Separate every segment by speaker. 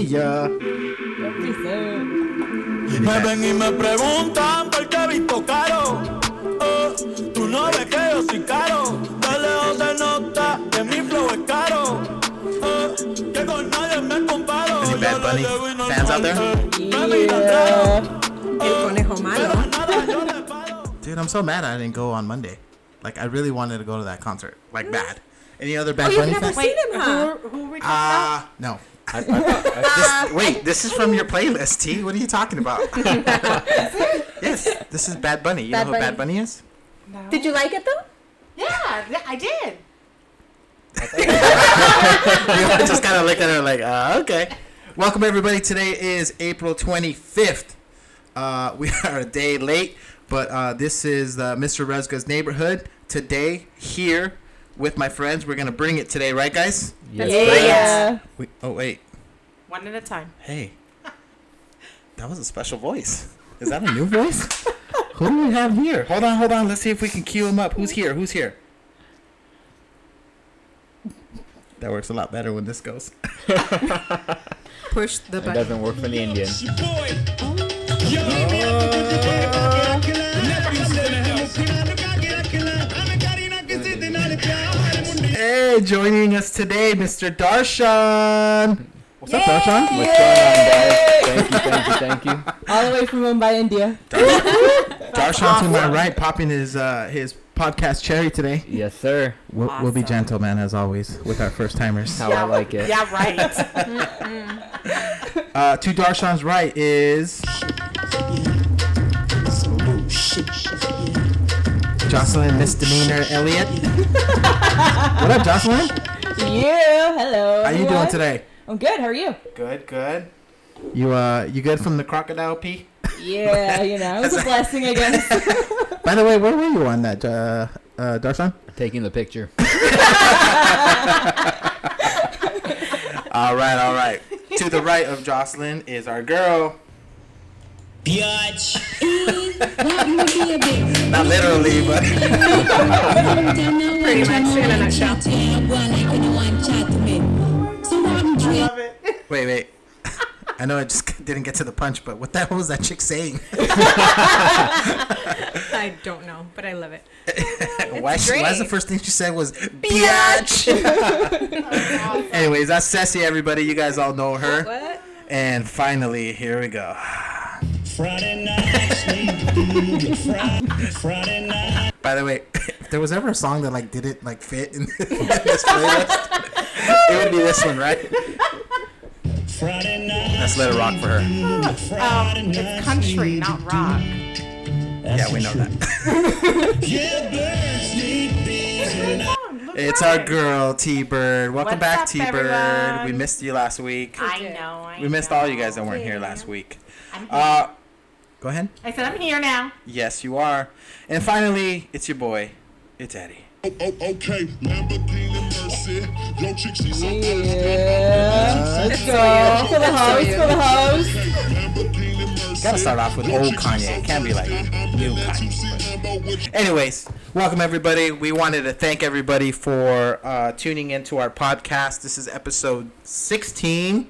Speaker 1: Yeah.
Speaker 2: Me ven y me preguntan por qué visto caro. Eh, tú no ves que yo soy caro. De lejos se nota que mi flow es caro. Eh, que con nadie me comparo.
Speaker 3: Any Bad
Speaker 2: Yo le
Speaker 3: Bunny
Speaker 2: debo y no
Speaker 3: fans out there?
Speaker 2: falto. Me miran raro,
Speaker 4: Yeah. El conejo malo.
Speaker 2: pero nada yo le paro.
Speaker 3: Dude, I'm so mad I didn't go on Monday. Like, I really wanted to go to that concert. Like, bad. Any other Bad
Speaker 4: Oh, you've
Speaker 3: Bunny
Speaker 4: never
Speaker 3: fans?
Speaker 4: seen him, huh?
Speaker 5: Who, who reached out?
Speaker 3: Uh, no.
Speaker 1: I, I, thought- I,
Speaker 4: Ah.
Speaker 3: This, wait, this is from your playlist, T. What are you talking about? yes, this is Bad Bunny. You
Speaker 4: Bad
Speaker 3: know who
Speaker 4: Bunny.
Speaker 3: Bad Bunny is?
Speaker 5: No.
Speaker 4: Did you like it though?
Speaker 5: Yeah, yeah, I did.
Speaker 3: We all just kind of looked at her like, uh, okay. Welcome, everybody. Today is April 25th. Uh, we are a day late, but uh, this is uh, Mr. Rezga's neighborhood. Today, here with my friends, we're going to bring it today, right, guys?
Speaker 1: yes.
Speaker 4: yeah.
Speaker 3: We, oh, wait.
Speaker 5: One at a time.
Speaker 3: Hey. That was a special voice. Is that a new voice? Who do we have here? Hold on, hold on. Let's see if we can cue him up. Who's here? Who's here? That works a lot better when this goes.
Speaker 4: Push the
Speaker 1: it
Speaker 4: button.
Speaker 1: doesn't work for the Indian.
Speaker 3: Hey, joining us today, Mr. Darshan. What's up, Darshan?
Speaker 1: What's going on, guys? Thank you, thank you, thank you.
Speaker 6: All the way from Mumbai, India.
Speaker 3: Darshan to my right, popping his uh, his podcast cherry today.
Speaker 1: Yes, sir.
Speaker 3: We'll, we'll be
Speaker 5: Awesome.
Speaker 3: gentle, man, as always, with our first timers.
Speaker 1: How I like it.
Speaker 5: Yeah, right.
Speaker 3: Uh, to Darshan's right is Jocelyn Misdemeanor Elliott. what up, Jocelyn?
Speaker 6: Yeah, hello.
Speaker 3: How you doing
Speaker 6: everyone.
Speaker 3: today?
Speaker 6: I'm good. How are you?
Speaker 3: Good, good. You uh, you good from the crocodile pee?
Speaker 6: Yeah, you know, it was a blessing, I guess.
Speaker 3: By the way, where were you on that, uh, uh, Darshan?
Speaker 1: Taking the picture.
Speaker 3: All right, all right. to the right of Jocelyn is our girl. Biatch. Not literally, but
Speaker 7: Pretty
Speaker 5: much, in a nutshell.
Speaker 7: nutshell.
Speaker 3: wait, wait. I know I just didn't get to the punch, but what the hell was that chick saying?
Speaker 5: I don't know, but I love it.
Speaker 3: why, she, why is the
Speaker 5: great.
Speaker 3: first thing she said was biatch? Anyways, that's Ceci, everybody. You guys all know her.
Speaker 5: What?
Speaker 3: And finally, here we go.
Speaker 8: Friday night, Friday, Friday night.
Speaker 3: By the way, if there was ever a song that like didn't like fit in this playlist, it would be this one, right?
Speaker 8: Friday night.
Speaker 3: Let's let it rock for her.
Speaker 8: Friday night.
Speaker 5: It's country, not rock.
Speaker 3: Yeah, we know that.
Speaker 8: Yeah, birds need bees and I-
Speaker 3: It's our girl T Bird. Welcome
Speaker 5: What's
Speaker 3: back,
Speaker 5: up,
Speaker 3: T Bird.
Speaker 5: everyone?
Speaker 3: We missed you last week.
Speaker 5: I know. I
Speaker 3: we missed
Speaker 5: know.
Speaker 3: all you guys that weren't here last week.
Speaker 5: I'm here.
Speaker 3: Uh, go ahead.
Speaker 5: I said I'm here now.
Speaker 3: Yes, you are. And finally, it's your boy. It's Eddie.
Speaker 9: Oh, oh, okay, Lamborghini Mercy. Yo, chick, she so good.
Speaker 6: Let's go. For the host, for the host.
Speaker 9: Okay, Lamborghini Mercy.
Speaker 3: Gotta start off with
Speaker 9: Yo,
Speaker 3: old
Speaker 9: chick, she
Speaker 3: Kanye. It can't be like
Speaker 9: good. I'm
Speaker 3: new
Speaker 9: the last you see, Lambo with
Speaker 3: Anyways, welcome everybody. We wanted to thank everybody for uh, tuning into our podcast. This is episode 16.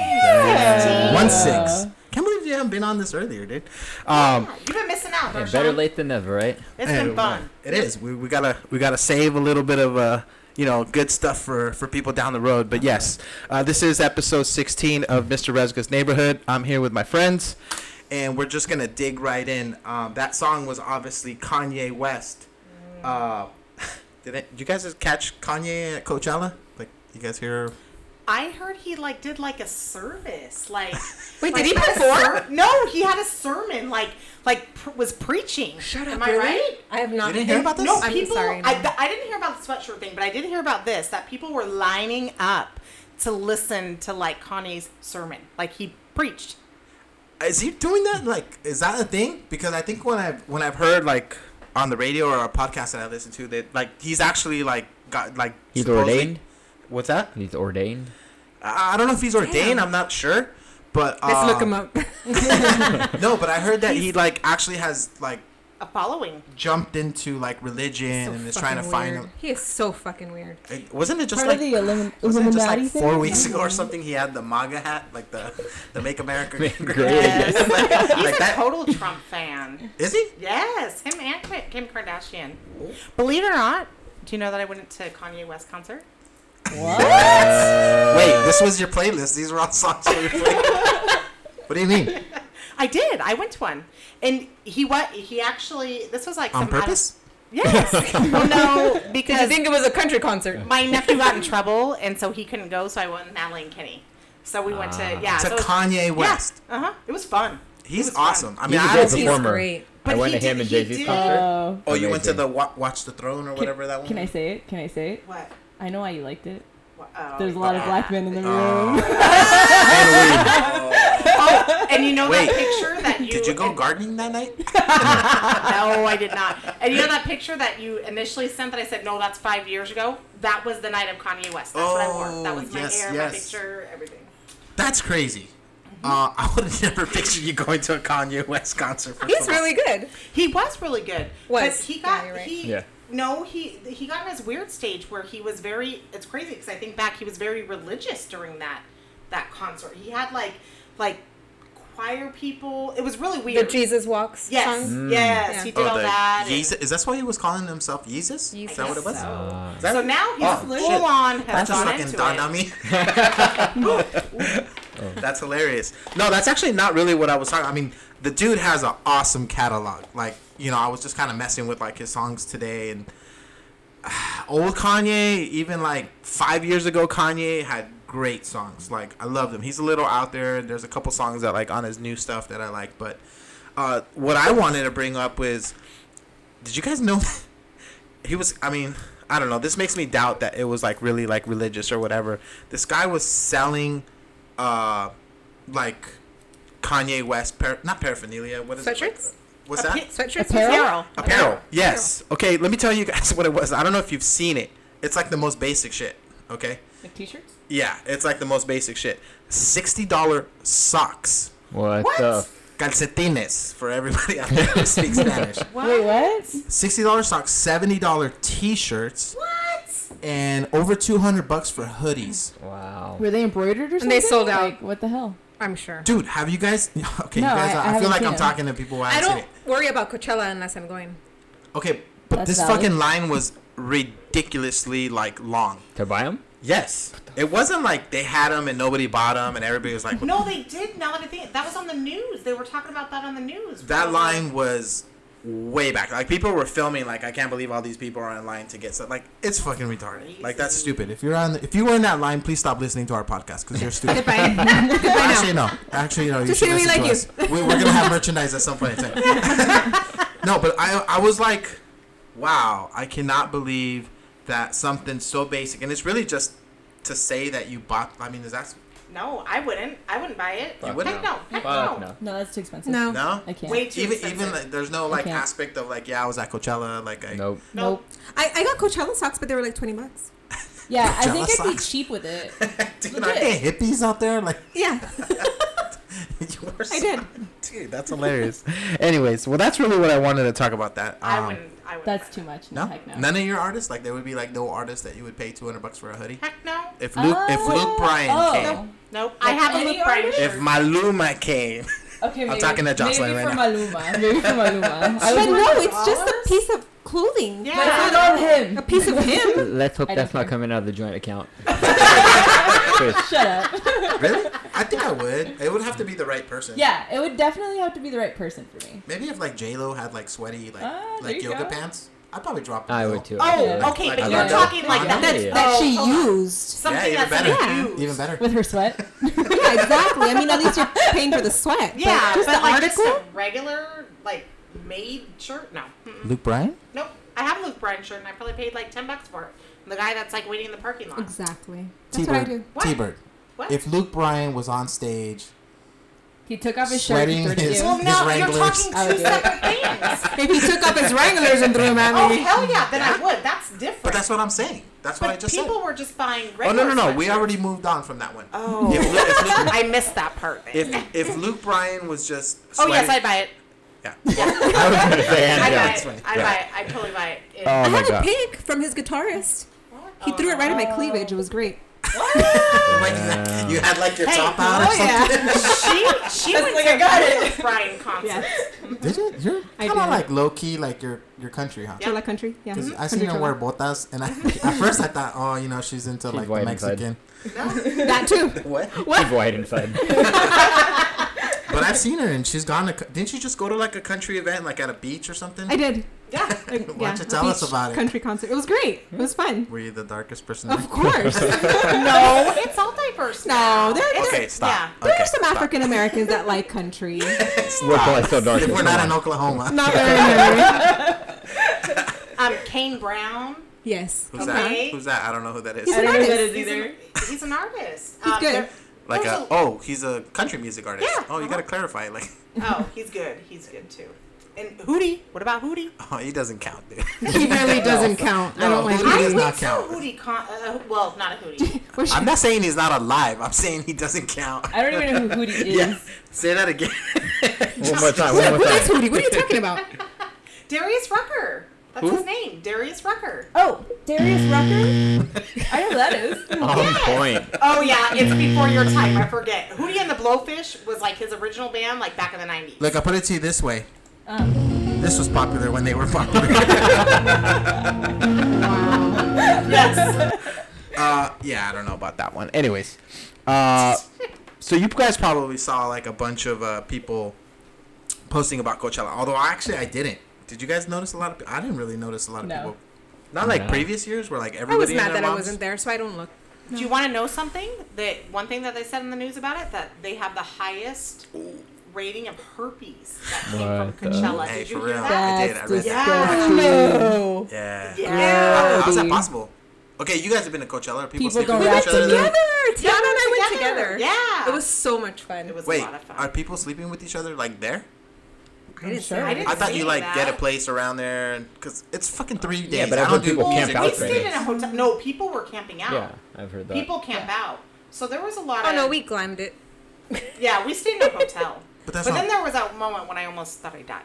Speaker 6: Yeah.
Speaker 3: One six. Can't believe you haven't been on this earlier, dude. Um,
Speaker 5: You've been missing out.
Speaker 1: Yeah,
Speaker 5: Darshan.
Speaker 1: better late than never, right?
Speaker 5: It's
Speaker 3: Hey,
Speaker 5: been fun.
Speaker 3: It is. We, we gotta we gotta save a little bit of uh you know good stuff for for people down the road. But yes, uh, this is episode 16 of Mr. Resga's Neighborhood. I'm here with my friends, and we're just gonna dig right in. Um, that song was obviously Kanye West. Uh, did, it, did you guys just catch Kanye at Coachella? Like you guys hear?
Speaker 5: I heard he like did like a service. Like
Speaker 4: Wait,
Speaker 5: like,
Speaker 4: did he
Speaker 5: had a
Speaker 4: perform?
Speaker 5: ser- No, he had a sermon. Like like pr- was preaching. Shut up. Am I right?
Speaker 4: I have not.
Speaker 3: You didn't hear about this?
Speaker 5: No,
Speaker 4: I'm
Speaker 5: people.
Speaker 4: sorry,
Speaker 5: I,
Speaker 4: no.
Speaker 5: th- I didn't hear about the sweatshirt thing, but I did hear about this that people were lining up to listen to like Kanye's sermon. Like he preached.
Speaker 3: Is he doing that? Like, is that a thing? Because I think when I've when I've heard like on the radio or a podcast that I listen to that like he's actually like got like
Speaker 1: He's
Speaker 3: supposedly-
Speaker 1: ordained.
Speaker 3: What's that?
Speaker 1: He's ordained.
Speaker 3: I, I don't know if he's ordained. I'm not sure. But uh,
Speaker 4: Let's look him up.
Speaker 3: No, but I heard that he like actually has like
Speaker 5: a following.
Speaker 3: jumped into like religion
Speaker 4: So
Speaker 3: and is trying to
Speaker 4: fucking
Speaker 3: find.
Speaker 4: weird. He is so fucking weird.
Speaker 3: A, it- wasn't it just
Speaker 6: Part of
Speaker 3: like
Speaker 6: the Illum-
Speaker 3: wasn't it just like
Speaker 6: Illuminati thing?
Speaker 3: four weeks ago or something? He had the MAGA hat, like the the Make America Great.
Speaker 1: Great.
Speaker 3: Again. like,
Speaker 5: He's
Speaker 3: like
Speaker 5: a
Speaker 3: that.
Speaker 5: total Trump fan.
Speaker 3: Is he?
Speaker 5: Yes, him and Ki- Kim Kardashian. Believe it or not, do you know that I went to Kanye West concert?
Speaker 3: Wait, this was your playlist. These were all songs for your playlist. what do you mean?
Speaker 5: I did. I went to one, and he what he actually this was like
Speaker 3: On
Speaker 5: some out of-
Speaker 3: purpose?
Speaker 5: yes. well, no,
Speaker 4: Did you
Speaker 5: because
Speaker 4: think it was a country concert?
Speaker 5: my nephew got in trouble, and so he couldn't go. So I went with Natalie and Kenny. So we went to yeah.
Speaker 3: Ah. To
Speaker 5: so it was-
Speaker 3: Kanye West.
Speaker 5: Yeah, uh huh. It was fun.
Speaker 3: He's
Speaker 5: was fun.
Speaker 3: awesome. I
Speaker 1: He's
Speaker 3: mean,
Speaker 1: a
Speaker 3: I
Speaker 1: great
Speaker 3: don't see.
Speaker 1: performer.
Speaker 4: great.
Speaker 1: I
Speaker 5: But
Speaker 1: went
Speaker 5: he
Speaker 1: to him
Speaker 5: did-
Speaker 1: and
Speaker 5: he
Speaker 1: Jay Z's
Speaker 5: did-
Speaker 1: concert.
Speaker 6: Oh.
Speaker 3: Oh, you went to
Speaker 1: Amazing.
Speaker 3: the Wa- Watch the Throne or whatever that one.
Speaker 6: Can I
Speaker 3: was?
Speaker 6: say it? Can I say it?
Speaker 5: What?
Speaker 6: I know why you liked it.
Speaker 5: What- oh,
Speaker 6: There's a lot of
Speaker 5: yeah.
Speaker 6: black men in the
Speaker 3: Oh.
Speaker 6: room.
Speaker 5: And you know
Speaker 3: Wait.
Speaker 5: that picture that you
Speaker 3: Did you go gardening that night?
Speaker 5: No, I did not. And you know that picture that you initially sent that I said, no, that's five years ago? That was the night of Kanye West. That's what I wore. That
Speaker 3: Oh,
Speaker 5: was my
Speaker 3: yes,
Speaker 5: hair,
Speaker 3: yes.
Speaker 5: my picture, everything.
Speaker 3: That's crazy. Uh, I would have never pictured you going to a Kanye West concert. For
Speaker 4: He's
Speaker 3: so
Speaker 4: really good.
Speaker 5: He was really good.
Speaker 4: Was.
Speaker 5: But he got
Speaker 4: Yeah, you're right.
Speaker 5: he
Speaker 1: Yeah.
Speaker 5: no, he he got in his weird stage where he was very it's crazy because I think back he was very religious during that that concert. He had like like choir people. It was really
Speaker 4: The
Speaker 5: weird.
Speaker 4: Jesus Walks
Speaker 5: Yes,
Speaker 4: song.
Speaker 5: yes,
Speaker 4: Yeah.
Speaker 5: he did
Speaker 3: Oh,
Speaker 5: all
Speaker 3: the
Speaker 5: that. and-
Speaker 3: Yeezus- Is that why he was calling himself Yeezus? Is that what it was?
Speaker 5: So,
Speaker 1: Ah.
Speaker 5: so now he's
Speaker 3: Oh,
Speaker 5: full
Speaker 3: shit.
Speaker 5: on
Speaker 3: That
Speaker 5: has
Speaker 3: just
Speaker 5: gone
Speaker 3: fucking
Speaker 5: into
Speaker 3: dawned
Speaker 5: it.
Speaker 3: on me. That's hilarious. No, that's actually not really what I was talking. I mean, the dude has an awesome catalog. Like, you know, I was just kind of messing with like his songs today and old Kanye, even like five years ago, Kanye had great songs. Like I love them. He's a little out there. There's a couple songs that like on his new stuff that I like. But uh, what I wanted to bring up was, did you guys know he was? I mean, I don't know. This makes me doubt that it was like really like religious or whatever. This guy was selling, uh, like Kanye West, par- not paraphernalia. What is
Speaker 4: Sweatshirts?
Speaker 3: it? What's that?
Speaker 4: Sweatshirts
Speaker 6: Apparel?
Speaker 5: Carol.
Speaker 3: Apparel. Yes. Okay, let me tell you guys what it was. I don't know if you've seen it. It's like the most basic shit. Okay.
Speaker 6: Like t-shirts?
Speaker 3: Yeah, it's like the most basic shit. Sixty dollar socks,
Speaker 1: What,
Speaker 5: What?
Speaker 1: the?
Speaker 3: calcetines for everybody out there who speaks Spanish.
Speaker 6: Wait, what?
Speaker 3: Sixty dollar socks, seventy dollar t-shirts,
Speaker 5: What?
Speaker 3: and over two hundred bucks for hoodies.
Speaker 1: Wow.
Speaker 6: Were they embroidered or something?
Speaker 4: And they sold out.
Speaker 6: Like, what the hell?
Speaker 4: I'm sure.
Speaker 3: Dude, have you guys? Okay,
Speaker 6: No,
Speaker 3: you guys.
Speaker 6: I- I
Speaker 3: I, feel
Speaker 6: haven't
Speaker 3: like
Speaker 6: seen
Speaker 3: I'm
Speaker 6: it.
Speaker 3: talking to people who
Speaker 4: I
Speaker 3: haven't seen
Speaker 4: don't
Speaker 3: it.
Speaker 4: worry about Coachella unless I'm going.
Speaker 3: Okay, but
Speaker 6: That's
Speaker 3: this
Speaker 6: valid.
Speaker 3: fucking line was ridiculously like long.
Speaker 1: To buy them?
Speaker 3: Yes, it wasn't like they had them and nobody bought them and everybody was like,
Speaker 5: No, they did. Now that I think, that was on the news. They were talking about that on the news.
Speaker 3: that line was way back. Like people were filming. Like I can't believe all these people are in line to get stuff. Like it's fucking retarded. Like that's stupid. If you're on, if you were in that line, please stop listening to our podcast because you're stupid.
Speaker 4: Goodbye.
Speaker 3: Actually no. Actually no. You
Speaker 4: Just
Speaker 3: should
Speaker 4: say we
Speaker 3: listen to
Speaker 4: like
Speaker 3: us. We, we're gonna have merchandise at some point in time. no, but I I was like, wow, I cannot believe that something so basic and it's really just to say that you bought. I mean, is that
Speaker 5: No, I wouldn't. I wouldn't buy it.
Speaker 3: You wouldn't?
Speaker 5: Heck no. Heck
Speaker 1: Fuck
Speaker 5: no.
Speaker 1: no.
Speaker 6: No, that's too expensive.
Speaker 4: no.
Speaker 3: no?
Speaker 6: I can't.
Speaker 5: Way too
Speaker 3: Even
Speaker 5: expensive.
Speaker 3: even like, there's no like
Speaker 6: can't.
Speaker 3: aspect of like yeah I was at Coachella like I
Speaker 1: Nope.
Speaker 5: Nope.
Speaker 4: I, I got Coachella socks, but they were like 20 bucks.
Speaker 6: Yeah, I
Speaker 3: Java
Speaker 6: think I'd be
Speaker 3: socks.
Speaker 6: cheap with it.
Speaker 3: Dude,
Speaker 6: Legit.
Speaker 3: aren't there hippies out there? Like,
Speaker 4: Yeah,
Speaker 3: you were
Speaker 4: I
Speaker 3: so-
Speaker 4: did.
Speaker 3: Dude, that's hilarious. Anyways, well, that's really what I wanted to talk about. That
Speaker 5: I
Speaker 3: Um,
Speaker 5: wouldn't. I wouldn't.
Speaker 6: That's too much. No,
Speaker 3: No,
Speaker 6: heck no.
Speaker 3: none of your artists. Like, there would be like no artist that you would pay two hundred bucks for a hoodie.
Speaker 5: Heck no.
Speaker 3: If Luke, if Luke Bryan
Speaker 6: oh.
Speaker 3: came,
Speaker 5: Nope. I have a
Speaker 6: any
Speaker 5: Luke Bryan
Speaker 6: artist?
Speaker 5: shirt.
Speaker 3: if Maluma came,
Speaker 6: Okay, maybe,
Speaker 3: talking to Jocelyn
Speaker 6: maybe
Speaker 3: right
Speaker 6: for
Speaker 3: now.
Speaker 6: Maluma. Maybe for Maluma. I
Speaker 4: But
Speaker 6: was
Speaker 4: no, it's just a piece of clothing.
Speaker 5: Yeah.
Speaker 6: But it's not on him.
Speaker 4: A piece of him.
Speaker 1: Let's hope
Speaker 6: I don't
Speaker 1: that's not
Speaker 6: care.
Speaker 1: coming out of the joint account.
Speaker 6: Shut up.
Speaker 3: really? I think I would. It would have to be the right person.
Speaker 6: Yeah, it would definitely have to be the right person for me.
Speaker 3: Maybe if like J Lo had like sweaty like
Speaker 6: Ah, there
Speaker 3: like
Speaker 6: you
Speaker 3: yoga
Speaker 6: go.
Speaker 3: pants, I'd probably drop. the
Speaker 1: I
Speaker 3: bill.
Speaker 1: would too.
Speaker 5: oh,
Speaker 1: actually.
Speaker 5: okay,
Speaker 3: Like
Speaker 5: but
Speaker 3: a
Speaker 5: you're
Speaker 3: lot.
Speaker 5: talking like that.
Speaker 1: Yeah.
Speaker 5: That's oh,
Speaker 1: Yeah.
Speaker 4: that she
Speaker 5: hold on.
Speaker 4: used.
Speaker 5: something
Speaker 3: Yeah, even
Speaker 5: that's
Speaker 3: better.
Speaker 5: better.
Speaker 3: Even better.
Speaker 6: With her sweat.
Speaker 4: Yeah, exactly. I mean, at least you're paying for the sweat. but
Speaker 5: Yeah,
Speaker 4: just
Speaker 5: but
Speaker 4: the
Speaker 5: like
Speaker 4: article.
Speaker 5: just a regular like made shirt. No. Mm-mm.
Speaker 3: Luke Bryan.
Speaker 5: Nope. I have a Luke Bryan shirt and I probably paid like ten bucks for it. The guy that's like waiting in the parking lot.
Speaker 4: exactly. That's what I
Speaker 3: T-Bird.
Speaker 4: do.
Speaker 5: What?
Speaker 3: T-Bird.
Speaker 5: What?
Speaker 3: If Luke Bryan was on stage,
Speaker 6: He took off his
Speaker 3: Sweating
Speaker 6: shirt. and threw it
Speaker 3: his-
Speaker 6: in.
Speaker 5: well, no, you're
Speaker 3: Wranglers.
Speaker 5: talking
Speaker 6: I would
Speaker 5: two
Speaker 6: do it.
Speaker 5: separate things.
Speaker 4: If he took off his Wranglers and threw them at
Speaker 5: Oh
Speaker 4: me.
Speaker 5: hell yeah, then I would. That's different.
Speaker 3: but that's what I'm saying. That's
Speaker 5: But
Speaker 3: what I just
Speaker 5: people
Speaker 3: said.
Speaker 5: were just buying
Speaker 3: Oh no
Speaker 5: regular.
Speaker 3: no no! We
Speaker 5: sweatshirts.
Speaker 3: already moved on from that one.
Speaker 5: Oh.
Speaker 3: If Lu- if Luke
Speaker 5: I missed that part. Then.
Speaker 3: if if Luke Bryan was just
Speaker 5: oh yes,
Speaker 3: sweating-
Speaker 5: I'd buy it.
Speaker 10: Yeah.
Speaker 1: I was gonna say
Speaker 5: I buy
Speaker 1: handguns.
Speaker 5: it. I buy it. I totally buy it. It-
Speaker 10: Oh
Speaker 4: I
Speaker 10: my
Speaker 4: had a
Speaker 10: god.
Speaker 4: pic from his guitarist. He threw it right at my cleavage. It was great.
Speaker 10: Like, you had like your
Speaker 5: Hey,
Speaker 4: oh,
Speaker 10: top out or something.
Speaker 5: she she went
Speaker 6: like,
Speaker 5: to
Speaker 6: I got it.
Speaker 5: Michael Bryan concert.
Speaker 3: Did you? You're
Speaker 4: I
Speaker 3: kind of
Speaker 4: did.
Speaker 3: like low key, like your your country, huh?
Speaker 4: Yeah. Chola country. Yeah.
Speaker 3: 'Cause I
Speaker 4: Country
Speaker 3: seen her
Speaker 4: chola.
Speaker 3: wear botas, and I, at first I thought, oh, you know, she's into like
Speaker 1: white
Speaker 3: the
Speaker 1: inside.
Speaker 3: Mexican.
Speaker 4: that too.
Speaker 3: What?
Speaker 1: She's white inside.
Speaker 3: But I've seen her, and she's gone to. co- Didn't you just go to like a country event, like at a beach or something?
Speaker 4: I did.
Speaker 5: Yeah.
Speaker 4: Like,
Speaker 3: Why
Speaker 4: yeah,
Speaker 3: don't you
Speaker 4: a
Speaker 3: tell us
Speaker 4: beach
Speaker 3: about it?
Speaker 4: Country concert. It was great. It was fun.
Speaker 3: Were you the darkest person?
Speaker 4: Of course.
Speaker 5: No, Oh, it's all diverse.
Speaker 4: No, there, there,
Speaker 10: Okay, stop.
Speaker 5: Yeah.
Speaker 4: there
Speaker 10: Okay,
Speaker 4: are some African Americans that like country.
Speaker 1: We're probably so dark.
Speaker 3: If we're not in Oklahoma.
Speaker 4: Not very many.
Speaker 5: Um, Kane Brown.
Speaker 4: Yes.
Speaker 3: Who's
Speaker 5: Okay.
Speaker 3: that? Who's that? I don't know who that is.
Speaker 4: He's
Speaker 6: I
Speaker 4: an
Speaker 6: don't know who that
Speaker 4: artist.
Speaker 6: is
Speaker 5: He's
Speaker 6: either.
Speaker 5: an, he's an artist.
Speaker 4: He's
Speaker 5: Um,
Speaker 4: good.
Speaker 5: there-
Speaker 3: like
Speaker 5: there's
Speaker 3: a, oh, he's a country music artist.
Speaker 5: Yeah,
Speaker 3: oh, you gotta
Speaker 5: uh-huh.
Speaker 3: clarify. Like,
Speaker 5: oh, he's good. He's good too. And Hootie. What about Hootie?
Speaker 3: oh, he doesn't count, dude.
Speaker 4: He really doesn't count. I
Speaker 3: No,
Speaker 4: don't like
Speaker 3: Hootie does
Speaker 4: him.
Speaker 3: not
Speaker 5: saw
Speaker 3: count.
Speaker 5: Hootie con- uh, well, not a Hootie.
Speaker 4: Where's
Speaker 3: I'm not saying he's not alive. I'm saying he doesn't count.
Speaker 6: I don't even know who Hootie is.
Speaker 3: Yeah, say that again.
Speaker 1: One more time. One
Speaker 4: Who
Speaker 1: more
Speaker 4: is
Speaker 1: time.
Speaker 4: Hootie? What are you talking about?
Speaker 5: Darius Rucker. That's his name. Darius Rucker.
Speaker 6: Oh, Darius
Speaker 3: Mm.
Speaker 6: Rucker? I know who that is.
Speaker 1: On point.
Speaker 5: Oh yeah, it's before your time. I forget. Hootie and the Blowfish was like his original band, like back in the nineties.
Speaker 3: Look, I put it to you this way.
Speaker 6: Um.
Speaker 3: This was popular when they were popular. uh, yeah, I don't know about that one. Anyways, uh, so you guys probably saw like a bunch of uh, people posting about Coachella. Although actually, I didn't. Did you guys notice a lot of? pe- I didn't really notice a lot of
Speaker 6: No.
Speaker 3: people. Not like
Speaker 1: No.
Speaker 3: previous years where like
Speaker 4: I was
Speaker 3: everybody.
Speaker 4: mad that I wasn't there, so I don't look.
Speaker 5: Do you want to know something? That one thing that they said in the news about it that they have the highest rating of herpes that came
Speaker 1: What the-
Speaker 5: from Coachella.
Speaker 3: Hey,
Speaker 5: Did you
Speaker 3: for
Speaker 5: hear
Speaker 3: real.
Speaker 5: that?
Speaker 3: I did. I read that.
Speaker 6: Oh,
Speaker 5: Yeah.
Speaker 6: No.
Speaker 3: Yeah.
Speaker 5: Yeah.
Speaker 3: How- How's that
Speaker 6: Dude.
Speaker 3: possible? Okay, you guys have been to Coachella. Are people,
Speaker 6: People
Speaker 3: sleeping
Speaker 6: go
Speaker 3: with
Speaker 6: out
Speaker 3: each other?
Speaker 6: together.
Speaker 3: there?
Speaker 4: Tiana and I went together.
Speaker 5: Yeah.
Speaker 4: It was so much fun.
Speaker 5: It was
Speaker 3: Wait,
Speaker 5: a lot of fun.
Speaker 3: are people sleeping with each other like there?
Speaker 4: I didn't
Speaker 6: sure.
Speaker 4: say
Speaker 6: I
Speaker 4: I
Speaker 5: didn't
Speaker 3: I thought you
Speaker 5: see
Speaker 3: like get a
Speaker 5: that.
Speaker 3: place around there, and because it's fucking three days.
Speaker 1: but
Speaker 3: I
Speaker 1: I've
Speaker 3: don't
Speaker 1: heard
Speaker 3: do
Speaker 1: people
Speaker 3: music
Speaker 1: camp
Speaker 5: Oh, we
Speaker 1: out
Speaker 3: like
Speaker 1: there.
Speaker 3: that.
Speaker 5: stayed in a hotel. No, people were camping out.
Speaker 1: Yeah, I've heard that.
Speaker 5: People camp out. So there was a lot
Speaker 4: Oh
Speaker 5: of.
Speaker 4: no, we climbed it.
Speaker 5: Yeah, we stayed in a hotel.
Speaker 3: But that's
Speaker 5: but
Speaker 3: not.
Speaker 5: then there was that moment when I almost thought I died.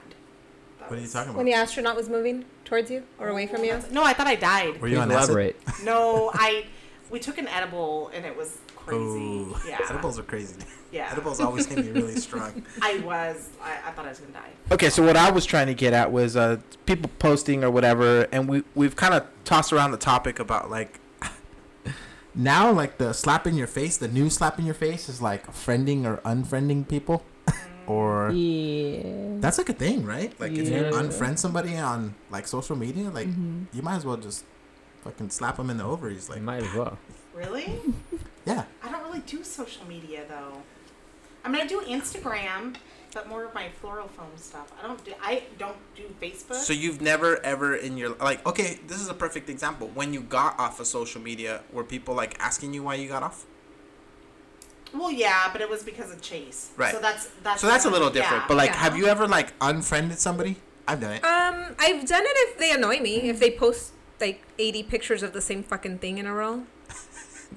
Speaker 5: That
Speaker 3: what are you
Speaker 5: was-
Speaker 3: talking
Speaker 4: When
Speaker 3: about?
Speaker 4: the astronaut was moving towards you or away from you.
Speaker 5: No, I thought I died.
Speaker 3: Were
Speaker 1: Please
Speaker 3: you on
Speaker 1: elaborate.
Speaker 5: No, I. We took an edible and it was crazy.
Speaker 3: Ooh,
Speaker 5: Yeah.
Speaker 3: edibles are crazy.
Speaker 5: Yeah.
Speaker 3: edibles always hit me really strong.
Speaker 5: I was. I, I thought I was gonna die.
Speaker 10: Okay, so what I was trying to get at was uh, people posting or whatever, and we we've kind of tossed around the
Speaker 3: Topic about like now, like the slap in your face, the new slap in your face is like friending or unfriending people,
Speaker 1: Oh.
Speaker 5: Mm,
Speaker 3: or
Speaker 6: Yeah.
Speaker 3: that's like a thing, right? Like if you
Speaker 1: Yeah. Mm-hmm.
Speaker 3: unfriend somebody on like social media, like
Speaker 6: Mm-hmm.
Speaker 3: you might as well just fucking slap them in the ovaries,
Speaker 1: You
Speaker 3: like
Speaker 1: might as well.
Speaker 5: Really?
Speaker 3: yeah.
Speaker 5: I don't really do social media though. I mean, I do Instagram, but more of my floral foam stuff. I don't do. I don't do Facebook.
Speaker 3: So you've never ever in your like okay, this is a perfect example. When you got off of social media, were people like asking you why you got off?
Speaker 5: well, yeah, but it was because of Chase.
Speaker 3: Right.
Speaker 5: So that's that's.
Speaker 3: So that's a little different.
Speaker 5: yeah.
Speaker 3: But like,
Speaker 4: Yeah.
Speaker 3: have you ever like unfriended somebody? I've done it.
Speaker 4: Um, I've done it if they annoy me. If they post like 80 pictures of the same fucking thing in a row,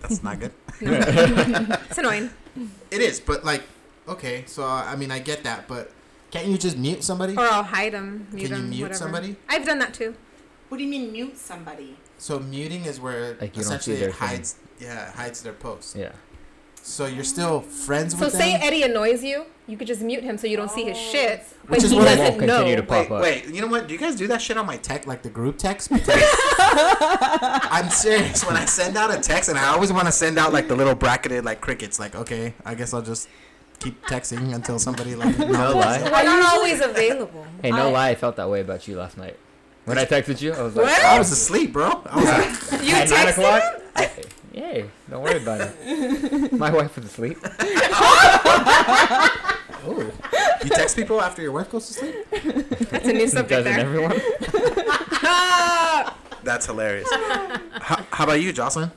Speaker 3: That's not good.
Speaker 4: it's annoying.
Speaker 3: It is, but like, okay, so uh, I mean, I get that, but can't you just mute somebody?
Speaker 4: Or I'll hide them. Mute
Speaker 3: Can you
Speaker 4: them,
Speaker 3: mute
Speaker 4: whatever.
Speaker 3: somebody?
Speaker 4: I've done that too.
Speaker 5: what do you mean mute somebody?
Speaker 3: So muting is where
Speaker 1: Like, you don't see
Speaker 3: essentially
Speaker 1: their
Speaker 3: it hides, yeah, hides their posts.
Speaker 1: Yeah.
Speaker 3: So you're still friends
Speaker 4: So
Speaker 3: with
Speaker 4: say
Speaker 3: them.
Speaker 4: Eddie annoys you, you could just mute him so you don't see his shit, but
Speaker 3: Which is
Speaker 4: he
Speaker 3: what I
Speaker 1: won't
Speaker 4: doesn't
Speaker 1: continue
Speaker 4: know.
Speaker 1: to
Speaker 3: Wait,
Speaker 1: pop up.
Speaker 3: wait, you know what? Do you guys do that shit on my text, like the group text? Because I'm serious. When I send out a text, and I always want to send out like the little bracketed like crickets, like okay, I guess I'll just keep texting until somebody like
Speaker 1: No lie.
Speaker 4: We're not always available.
Speaker 1: Hey, no lie, I felt that way about you last night. When I texted you, I was like, "Oh,
Speaker 3: I was asleep, bro. I was like,
Speaker 4: You
Speaker 1: at 9
Speaker 4: texted
Speaker 1: o'clock?
Speaker 4: him?
Speaker 1: Yay, don't worry about it. My wife was asleep.
Speaker 3: oh, you text people after your wife goes to sleep?
Speaker 4: That's a new subject
Speaker 1: Doesn't
Speaker 4: there.
Speaker 1: everyone?
Speaker 4: Ah!
Speaker 3: That's hilarious. how, how about you, Jocelyn?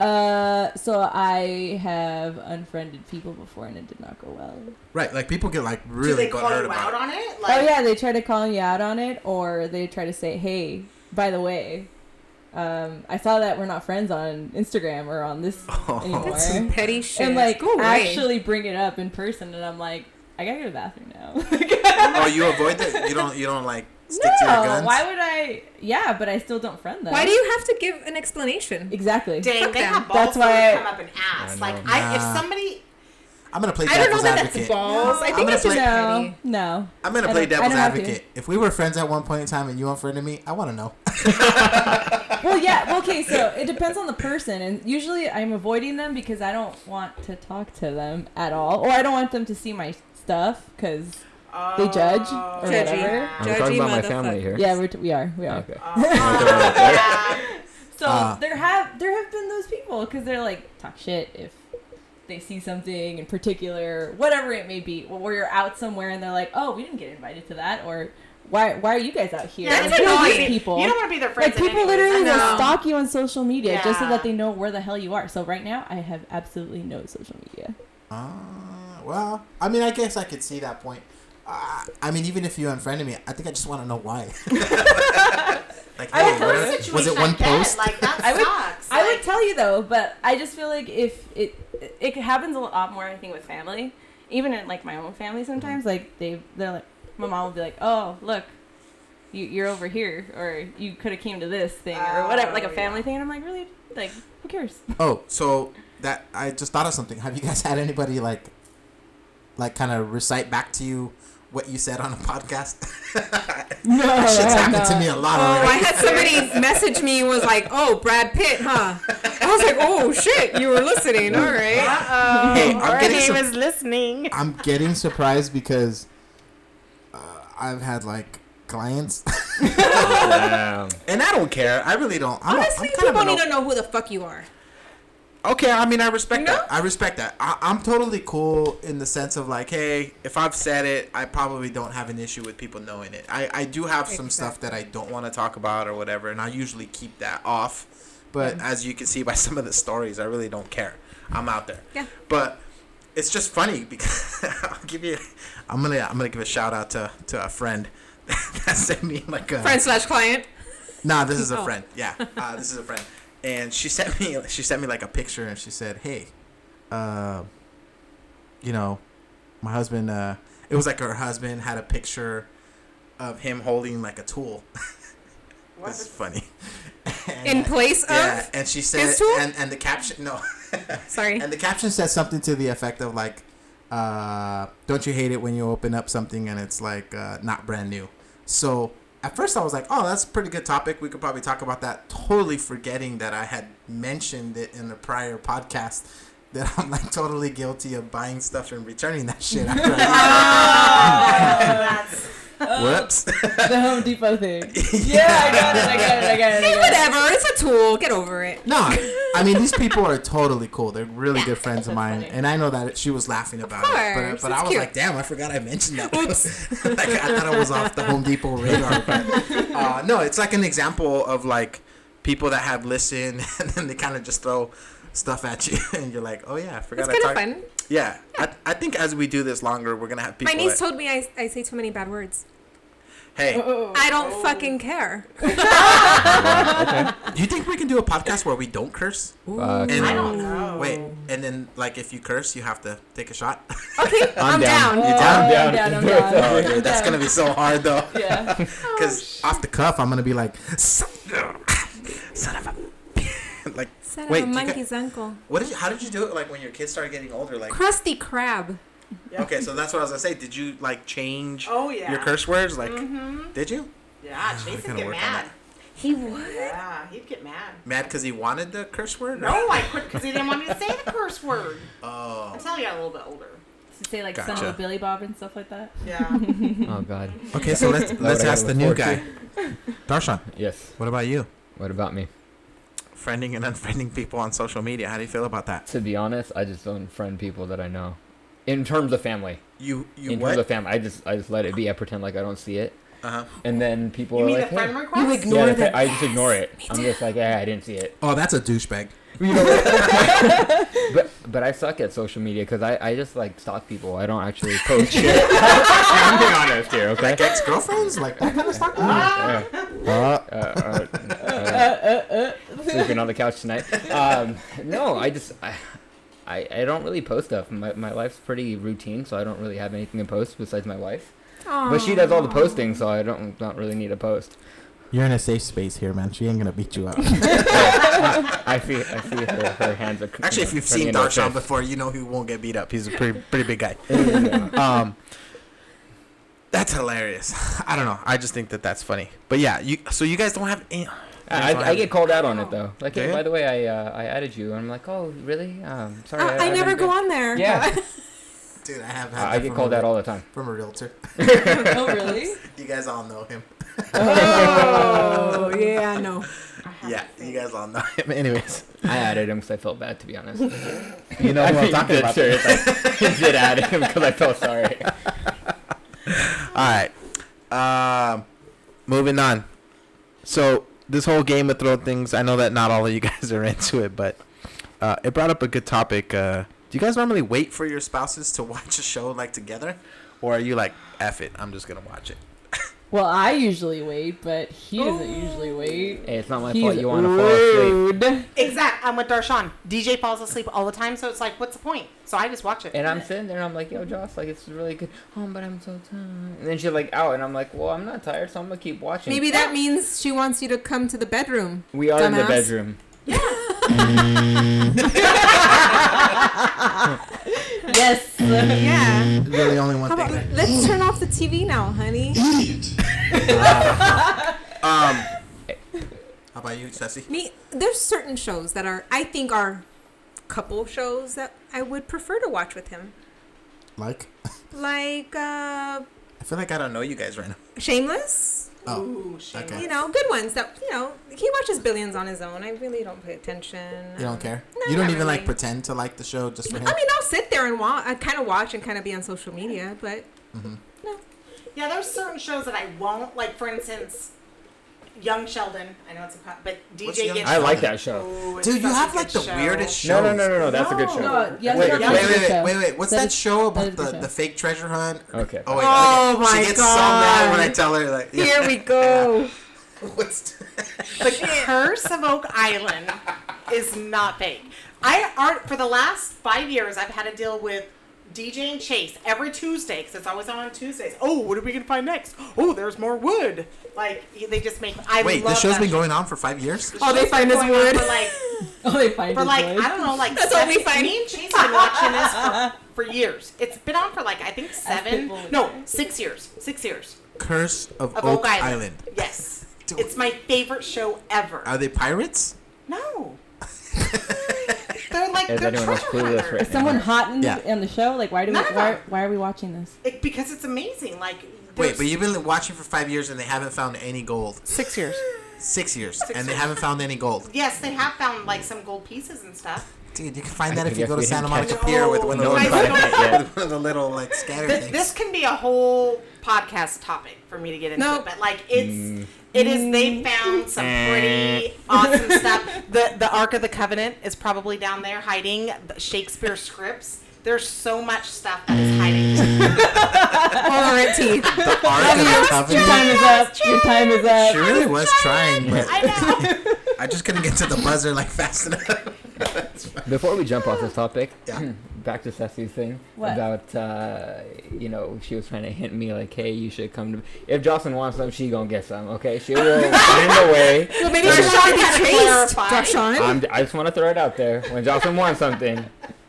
Speaker 6: Uh, so I have unfriended people before and it did not go well.
Speaker 3: Right, like people get like
Speaker 5: Do
Speaker 3: really
Speaker 5: they call
Speaker 3: butthurt
Speaker 5: you out
Speaker 3: about it.
Speaker 5: on it? Like,
Speaker 6: Oh yeah, they try to call you out on it, or they try to say, "Hey, by the way, um, I saw that we're not friends on Instagram or on this
Speaker 3: Oh,
Speaker 6: anymore,"
Speaker 4: Some petty shit.
Speaker 6: and like
Speaker 4: Go away.
Speaker 6: actually bring it up in person. And I'm like, I gotta go to the bathroom now.
Speaker 3: Oh, you avoid that? You don't. You don't like stick to your
Speaker 6: no,
Speaker 3: guns.
Speaker 6: why would I? Yeah, but I still don't friend them.
Speaker 4: Why do you have to give an explanation?
Speaker 6: Exactly.
Speaker 5: Dang,
Speaker 4: Fuck
Speaker 5: they
Speaker 4: them.
Speaker 5: have balls
Speaker 6: That's
Speaker 5: that would
Speaker 6: why-
Speaker 5: come up and ass.
Speaker 1: I
Speaker 5: Like,
Speaker 1: know.
Speaker 5: I, if
Speaker 3: Nah.
Speaker 5: somebody,
Speaker 3: I'm gonna play
Speaker 4: I don't know
Speaker 3: devil's
Speaker 4: that
Speaker 3: advocate.
Speaker 4: that's balls. I
Speaker 3: I'm
Speaker 4: think
Speaker 3: gonna
Speaker 4: it's just
Speaker 3: play-
Speaker 6: No,
Speaker 4: petty.
Speaker 6: no.
Speaker 3: I'm gonna
Speaker 6: I
Speaker 3: play
Speaker 6: don't- I don't
Speaker 3: devil's
Speaker 6: have to.
Speaker 3: advocate. If we were friends at one point in time and you unfriended me, I want to know.
Speaker 6: Well, yeah. well, Okay, so it depends on the person, and usually I'm avoiding them because I don't want to talk to them at all, or I don't want them to see my stuff because they
Speaker 5: oh.
Speaker 6: judge or
Speaker 4: Judgy.
Speaker 6: whatever.
Speaker 1: I'm
Speaker 4: Judgy
Speaker 1: talking about my
Speaker 4: motherfucker.
Speaker 1: family here.
Speaker 6: Yeah, we're t- we are we are.
Speaker 1: Okay.
Speaker 6: So
Speaker 3: Ah.
Speaker 6: there have there have been those people because they're like talk shit if they see something in particular, whatever it may be, where you're out somewhere and they're like, oh, we didn't get invited to that, or why why are you guys out here?
Speaker 5: yeah,
Speaker 6: Like,
Speaker 5: that's
Speaker 6: who are these
Speaker 5: annoying.
Speaker 6: people.
Speaker 5: You don't want to be their friends.
Speaker 6: Like
Speaker 5: in
Speaker 6: people
Speaker 5: any way.
Speaker 6: literally will
Speaker 5: No.
Speaker 6: stalk you on social media just so
Speaker 5: Yeah.
Speaker 6: that they know where the hell you are. So right now, I have absolutely no social media.
Speaker 3: Uh, well, I mean, I guess I could see that point. Uh, I mean, even if you unfriended me, I think I just want to know why. like,
Speaker 5: I would
Speaker 3: hey, what-
Speaker 5: post situation
Speaker 3: was it one
Speaker 5: like that,
Speaker 3: post?
Speaker 5: Like that
Speaker 6: I would-
Speaker 5: sucks.
Speaker 6: I
Speaker 5: like,
Speaker 6: would tell you though, but I just feel like if it it happens a lot more, I think with family, even in like my own family sometimes, like they they're like my mom will be like, oh look, you you're over here, or you could have came to this thing or whatever, like a
Speaker 5: Oh,
Speaker 6: family thing, and I'm like really like who cares?
Speaker 3: Oh, so that I just thought of something. Have you guys had anybody like, like, kind of recite back to you what you said on a podcast?
Speaker 6: No,
Speaker 3: that shit's happened to me a lot.
Speaker 4: Oh, I
Speaker 3: already.
Speaker 4: had somebody message me and was like, "Oh, Brad Pitt, huh?" I was like, "Oh shit, you were listening, all right."
Speaker 5: Uh-oh.
Speaker 3: Hey, I'm
Speaker 5: Our
Speaker 3: getting
Speaker 5: name
Speaker 3: some-
Speaker 5: is listening.
Speaker 3: I'm getting surprised because uh, I've had like clients,
Speaker 1: Damn.
Speaker 3: and I don't care. I really don't. I'm,
Speaker 4: Honestly,
Speaker 3: a, I'm kind
Speaker 4: people
Speaker 3: of an
Speaker 4: need to know who the fuck you are.
Speaker 3: Okay, I mean, I respect
Speaker 4: No?
Speaker 3: that. I respect that. I, I'm totally cool in the sense of like, hey, if I've said it, I probably don't have an issue with people knowing it. I, I do have some stuff that I don't want to talk about or whatever, and I usually keep that off. But as you can see by some of the stories, I really don't care. I'm out there.
Speaker 4: Yeah.
Speaker 3: But it's just funny because I'll give you. I'm gonna I'm gonna give a shout out to to a friend that sent me like a
Speaker 4: Friend slash client.
Speaker 3: Nah, this is a
Speaker 4: Oh.
Speaker 3: friend. Yeah, uh, this is a friend. And she sent me she sent me like a picture, and she said, "Hey, uh, you know, my husband. Uh, it was like her husband had a picture of him holding like a tool. this is funny.
Speaker 4: In place of.
Speaker 3: yeah, and she said,
Speaker 4: tool?
Speaker 3: and and the caption no,
Speaker 4: Sorry.
Speaker 3: and the caption said something to the effect of like, uh, "Don't you hate it when you open up something and it's like uh, not brand new?" So at first I was like, "Oh, that's a pretty good topic. We could probably talk about that." Totally forgetting that I had mentioned it in the prior podcast. That I'm like totally guilty of buying stuff and returning that shit. After
Speaker 5: That's
Speaker 3: I Whoops.
Speaker 6: the Home Depot thing. Yeah, I got it, I got it, I got it. I got it.
Speaker 4: Whatever. It's a tool. Get over it.
Speaker 3: No, I mean these people are totally cool. They're really good friends of mine,
Speaker 6: funny.
Speaker 3: and I know that she was laughing about it. But,
Speaker 4: course,
Speaker 3: but I
Speaker 4: it's
Speaker 3: was
Speaker 4: cute.
Speaker 3: like, damn, I forgot I mentioned that. like I thought it was off the Home Depot radar. But, uh, no, it's like an example of like people that have listened, and then they kind of just throw stuff at you, and you're like, oh yeah, I forgot
Speaker 4: It's
Speaker 3: I
Speaker 4: kind of
Speaker 3: talked.
Speaker 4: fun.
Speaker 3: Yeah, I, I think as we do this longer, we're gonna have
Speaker 4: My
Speaker 3: people.
Speaker 4: niece
Speaker 3: that-
Speaker 4: told Oh, me I, I say too many bad words.
Speaker 3: hey,
Speaker 4: I don't fucking care.
Speaker 1: Uh,
Speaker 4: oh.
Speaker 3: you think we can do a podcast where we don't curse?
Speaker 1: Fuck.
Speaker 3: And
Speaker 5: I don't know.
Speaker 3: wait, and then like if you curse, you have to take a shot.
Speaker 4: Okay, I'm, down.
Speaker 1: You're
Speaker 6: Oh,
Speaker 1: down.
Speaker 6: I'm down, I'm down.
Speaker 3: Oh, dude, that's gonna be so hard though.
Speaker 5: Oh,
Speaker 6: Yeah.
Speaker 3: Because off the cuff, I'm gonna be like, son of a, like,
Speaker 4: Son
Speaker 3: Wait,
Speaker 4: of
Speaker 3: do
Speaker 4: a
Speaker 3: you
Speaker 4: monkey's uncle.
Speaker 3: what did you? How did you do it? Like when your kids started getting older, like,
Speaker 4: Crusty crab.
Speaker 3: okay, so that's what I was gonna say. Did you like change
Speaker 5: Oh, yeah.
Speaker 3: your curse words? Like,
Speaker 5: Mhm.
Speaker 3: did you
Speaker 5: yeah,
Speaker 3: we
Speaker 5: Jason
Speaker 3: gotta
Speaker 5: get
Speaker 3: work on
Speaker 5: mad.
Speaker 4: He would.
Speaker 5: Yeah, he'd get mad.
Speaker 3: mad because he wanted the curse word?
Speaker 5: No, I quit because he didn't want me to say the curse word.
Speaker 3: Oh.
Speaker 5: Until I got a little bit older.
Speaker 6: To say like son
Speaker 3: Gotcha.
Speaker 6: of a Billy Bob and stuff like that.
Speaker 5: Yeah.
Speaker 1: Oh god.
Speaker 3: Okay, so let's let's
Speaker 1: I
Speaker 3: ask the
Speaker 1: look
Speaker 3: new
Speaker 1: forward
Speaker 3: guy, Darshan.
Speaker 1: Yes.
Speaker 3: What about you?
Speaker 1: What about me?
Speaker 3: Friending and unfriending people on social media. How do you feel about that?
Speaker 1: To be honest, I just don't friend people that I know. In terms of family.
Speaker 3: You you
Speaker 1: in terms of
Speaker 3: what?
Speaker 1: family, I just I just let it be. I pretend like I don't see it,
Speaker 3: Uh-huh.
Speaker 1: and then people
Speaker 5: You
Speaker 1: are
Speaker 5: mean
Speaker 1: like,
Speaker 5: the friend
Speaker 1: hey.
Speaker 5: request? You
Speaker 1: Yeah, the fa- I just ignore it. I'm just like, yeah, I didn't see it.
Speaker 3: Oh, that's a douchebag.
Speaker 1: You know, but but I suck at social media because I, I just like stalk people. I don't actually post shit. I'm being honest here, okay?
Speaker 3: Ex girlfriends like that kind of stuff.
Speaker 1: Uh, uh, uh, uh, sleeping on the couch tonight. Um, no, I just I, I, I don't really post stuff. My, my life's pretty routine, so I don't really have anything to post besides my wife. But she does all the posting, so I don't not really need a post.
Speaker 3: You're in a safe space here, man. She ain't gonna beat you up.
Speaker 1: I see I see her, her hands are
Speaker 10: Actually, if you've
Speaker 1: turning
Speaker 10: seen
Speaker 1: into a
Speaker 10: Darshan
Speaker 1: fist.
Speaker 10: before, you know he won't get beat up. He's a pretty pretty big guy.
Speaker 1: Yeah.
Speaker 10: Um, that's hilarious. I don't know. I just think that that's funny. But yeah, you. So you guys don't have. Any, you guys
Speaker 1: I,
Speaker 10: don't
Speaker 1: I, I
Speaker 10: have-
Speaker 1: get called out on it though. Like,
Speaker 10: Do
Speaker 1: hey,
Speaker 10: you?
Speaker 1: by the way, I uh, I added you, and I'm like, oh, really? Um, sorry,
Speaker 4: I, I never
Speaker 1: haven't
Speaker 4: go
Speaker 1: been-"
Speaker 4: on there.
Speaker 1: Yeah,
Speaker 3: Dude, I have had
Speaker 1: I I
Speaker 3: that
Speaker 1: get
Speaker 3: from
Speaker 1: called
Speaker 3: a,
Speaker 1: out all the time.
Speaker 3: from a realtor.
Speaker 6: oh, really?
Speaker 3: You guys all know him.
Speaker 4: Oh yeah, no.
Speaker 3: Yeah, you guys all know him. Anyways,
Speaker 1: I added him because I felt bad, to be honest.
Speaker 10: You know
Speaker 1: I
Speaker 10: who I'm
Speaker 1: mean,
Speaker 10: talking
Speaker 1: did,
Speaker 10: about.
Speaker 1: serious, I did add him because I felt sorry.
Speaker 10: All right. Um, moving on. So this whole Game of Thrones things, I know that not all of you guys are into it, but uh, it brought up a good topic. Uh, do you guys normally wait for your spouses to watch a show like together, or are you like, "F it, I'm just gonna watch it"?
Speaker 6: Well, I usually wait, but he doesn't usually wait.
Speaker 1: Hey, it's not my
Speaker 6: He's
Speaker 1: fault you want to fall asleep.
Speaker 6: rude.
Speaker 5: Exact. I'm with Darshan. DJ falls asleep all the time, so it's like, what's the point? So I just watch it.
Speaker 1: And I'm sitting there and I'm like, yo, Joss, like, it's really good. Oh, but I'm so tired. And then she's like, out. And I'm like, well, I'm not tired, so I'm going to keep watching.
Speaker 4: Maybe that means she wants you to come to the bedroom.
Speaker 1: We are in the
Speaker 4: dumbass.
Speaker 1: bedroom.
Speaker 6: Yes.
Speaker 4: Yeah.
Speaker 3: You're the only one
Speaker 4: How
Speaker 3: thing.
Speaker 4: about let's turn off the TV now, honey?
Speaker 9: Idiot.
Speaker 10: Um,
Speaker 3: How about you, Jesse?
Speaker 4: Me, there's certain shows that are I think are couple shows that I would prefer to watch with him,
Speaker 3: Like,
Speaker 4: like uh,
Speaker 3: I feel like I don't know you guys right now.
Speaker 4: Shameless.
Speaker 3: Oh,
Speaker 5: Ooh, shame.
Speaker 3: okay.
Speaker 4: You know, good ones that you know he watches billions on his own. I really don't pay attention.
Speaker 3: You don't care.
Speaker 4: No,
Speaker 3: you don't
Speaker 4: not
Speaker 3: even like
Speaker 4: really.
Speaker 3: pretend to like the show just for
Speaker 4: I
Speaker 3: him.
Speaker 4: mean, I'll sit there and watch. I kind of watch and kind of be on social media, but
Speaker 5: Yeah, there's certain shows that I won't like. For instance, Young Sheldon. I know it's a pro- but
Speaker 3: What's
Speaker 5: DJ
Speaker 3: Young
Speaker 5: gets.
Speaker 1: I like that show.
Speaker 5: Oh, it's
Speaker 3: Dude, you
Speaker 5: such a
Speaker 3: have
Speaker 5: good
Speaker 3: like the
Speaker 5: show.
Speaker 3: weirdest shows.
Speaker 1: No, no, no, no, no. That's a good show.
Speaker 6: No, yes,
Speaker 1: Wait,
Speaker 6: that's
Speaker 1: wait,
Speaker 6: a
Speaker 3: Wait,
Speaker 6: good
Speaker 3: wait,
Speaker 6: show.
Speaker 3: wait, wait, what's
Speaker 6: That
Speaker 3: that,
Speaker 6: is-
Speaker 3: show
Speaker 6: that
Speaker 3: about
Speaker 6: is a good
Speaker 3: the,
Speaker 6: show.
Speaker 3: the fake treasure hunt?
Speaker 1: Okay.
Speaker 3: Oh, wait,
Speaker 4: Oh
Speaker 3: okay.
Speaker 4: my
Speaker 3: she gets so mad when I
Speaker 4: God.
Speaker 3: tell her like yeah.
Speaker 4: here we go.
Speaker 3: What's
Speaker 5: The Curse of Oak Island is not fake. I are for the last five years I've had to deal with DJ and Chase every Tuesday because it's always on Tuesdays. Oh, what are we gonna find next? Oh, there's more wood. Like they just make. I
Speaker 3: Wait,
Speaker 5: love
Speaker 3: the show's
Speaker 5: that Oh,
Speaker 3: been
Speaker 5: show.
Speaker 3: going on for five years.
Speaker 4: All they find is
Speaker 5: Going on
Speaker 4: wood.
Speaker 5: for like
Speaker 6: Oh, they find
Speaker 5: for
Speaker 6: his
Speaker 5: like
Speaker 6: voice.
Speaker 5: I don't know like
Speaker 4: That's all we
Speaker 5: seven-
Speaker 4: find.
Speaker 5: Me and Chase have been watching this for, for years. It's been on for like I think seven,
Speaker 6: Pitbull.
Speaker 5: no, six years, six years
Speaker 3: Curse of,
Speaker 5: of
Speaker 3: Oak,
Speaker 5: Oak Island.
Speaker 3: Island.
Speaker 5: Yes,
Speaker 3: Dude.
Speaker 5: it's my favorite show ever.
Speaker 3: Are they pirates?
Speaker 5: no, they're like
Speaker 1: Is
Speaker 5: they're
Speaker 1: anyone else
Speaker 5: treasure
Speaker 1: clueless
Speaker 5: hunters.
Speaker 1: right
Speaker 6: Is someone hot in,
Speaker 3: Yeah.
Speaker 6: the, in the show? Like, why do we,
Speaker 5: No, no, no.
Speaker 6: why, why are we watching this?
Speaker 5: It- because it's amazing. Like
Speaker 3: Wait,
Speaker 5: there's-
Speaker 3: but you've been watching for five years and they haven't found any gold.
Speaker 5: six years.
Speaker 3: Six years, and they haven't found any gold.
Speaker 5: Yes, they have found like some gold pieces and stuff.
Speaker 3: Dude, you can find
Speaker 1: I
Speaker 3: that if you
Speaker 1: guess
Speaker 3: go to
Speaker 1: we
Speaker 3: Santa
Speaker 1: didn't
Speaker 3: Monica
Speaker 5: catch it.
Speaker 3: Pier with one of
Speaker 5: No,
Speaker 3: those
Speaker 5: I
Speaker 3: little,
Speaker 5: don't-
Speaker 3: with one of the little like scatter
Speaker 5: Th-
Speaker 3: things.
Speaker 5: this can be a whole podcast topic for me to get into,
Speaker 4: No.
Speaker 5: but like it's it is
Speaker 10: Mm.
Speaker 5: they found some
Speaker 10: Eh.
Speaker 5: pretty awesome stuff. The the Ark of the Covenant is probably down there hiding the Shakespeare scripts. There's so much stuff that is
Speaker 10: Mm.
Speaker 5: hiding.
Speaker 4: Or teeth.
Speaker 3: the Ark of the
Speaker 6: Your
Speaker 3: Covenant.
Speaker 6: time is up. Your time is
Speaker 3: She
Speaker 6: up.
Speaker 3: really was trying, but
Speaker 5: I know.
Speaker 3: I just couldn't get to the buzzer like fast enough.
Speaker 1: Before we jump off this topic,
Speaker 3: Yeah.
Speaker 1: back to Ceci's thing
Speaker 6: What?
Speaker 1: about uh, you know she was trying to hint me like, hey, you should come to. If Jocelyn wants some, she gonna get some. Okay, she will find a way.
Speaker 4: Well, maybe she
Speaker 5: Darshan
Speaker 4: wants
Speaker 5: had
Speaker 4: to
Speaker 5: to
Speaker 4: be chased.
Speaker 5: clarify.
Speaker 4: Darshan?
Speaker 1: I'm, I just want to throw it out there. When Jocelyn wants something,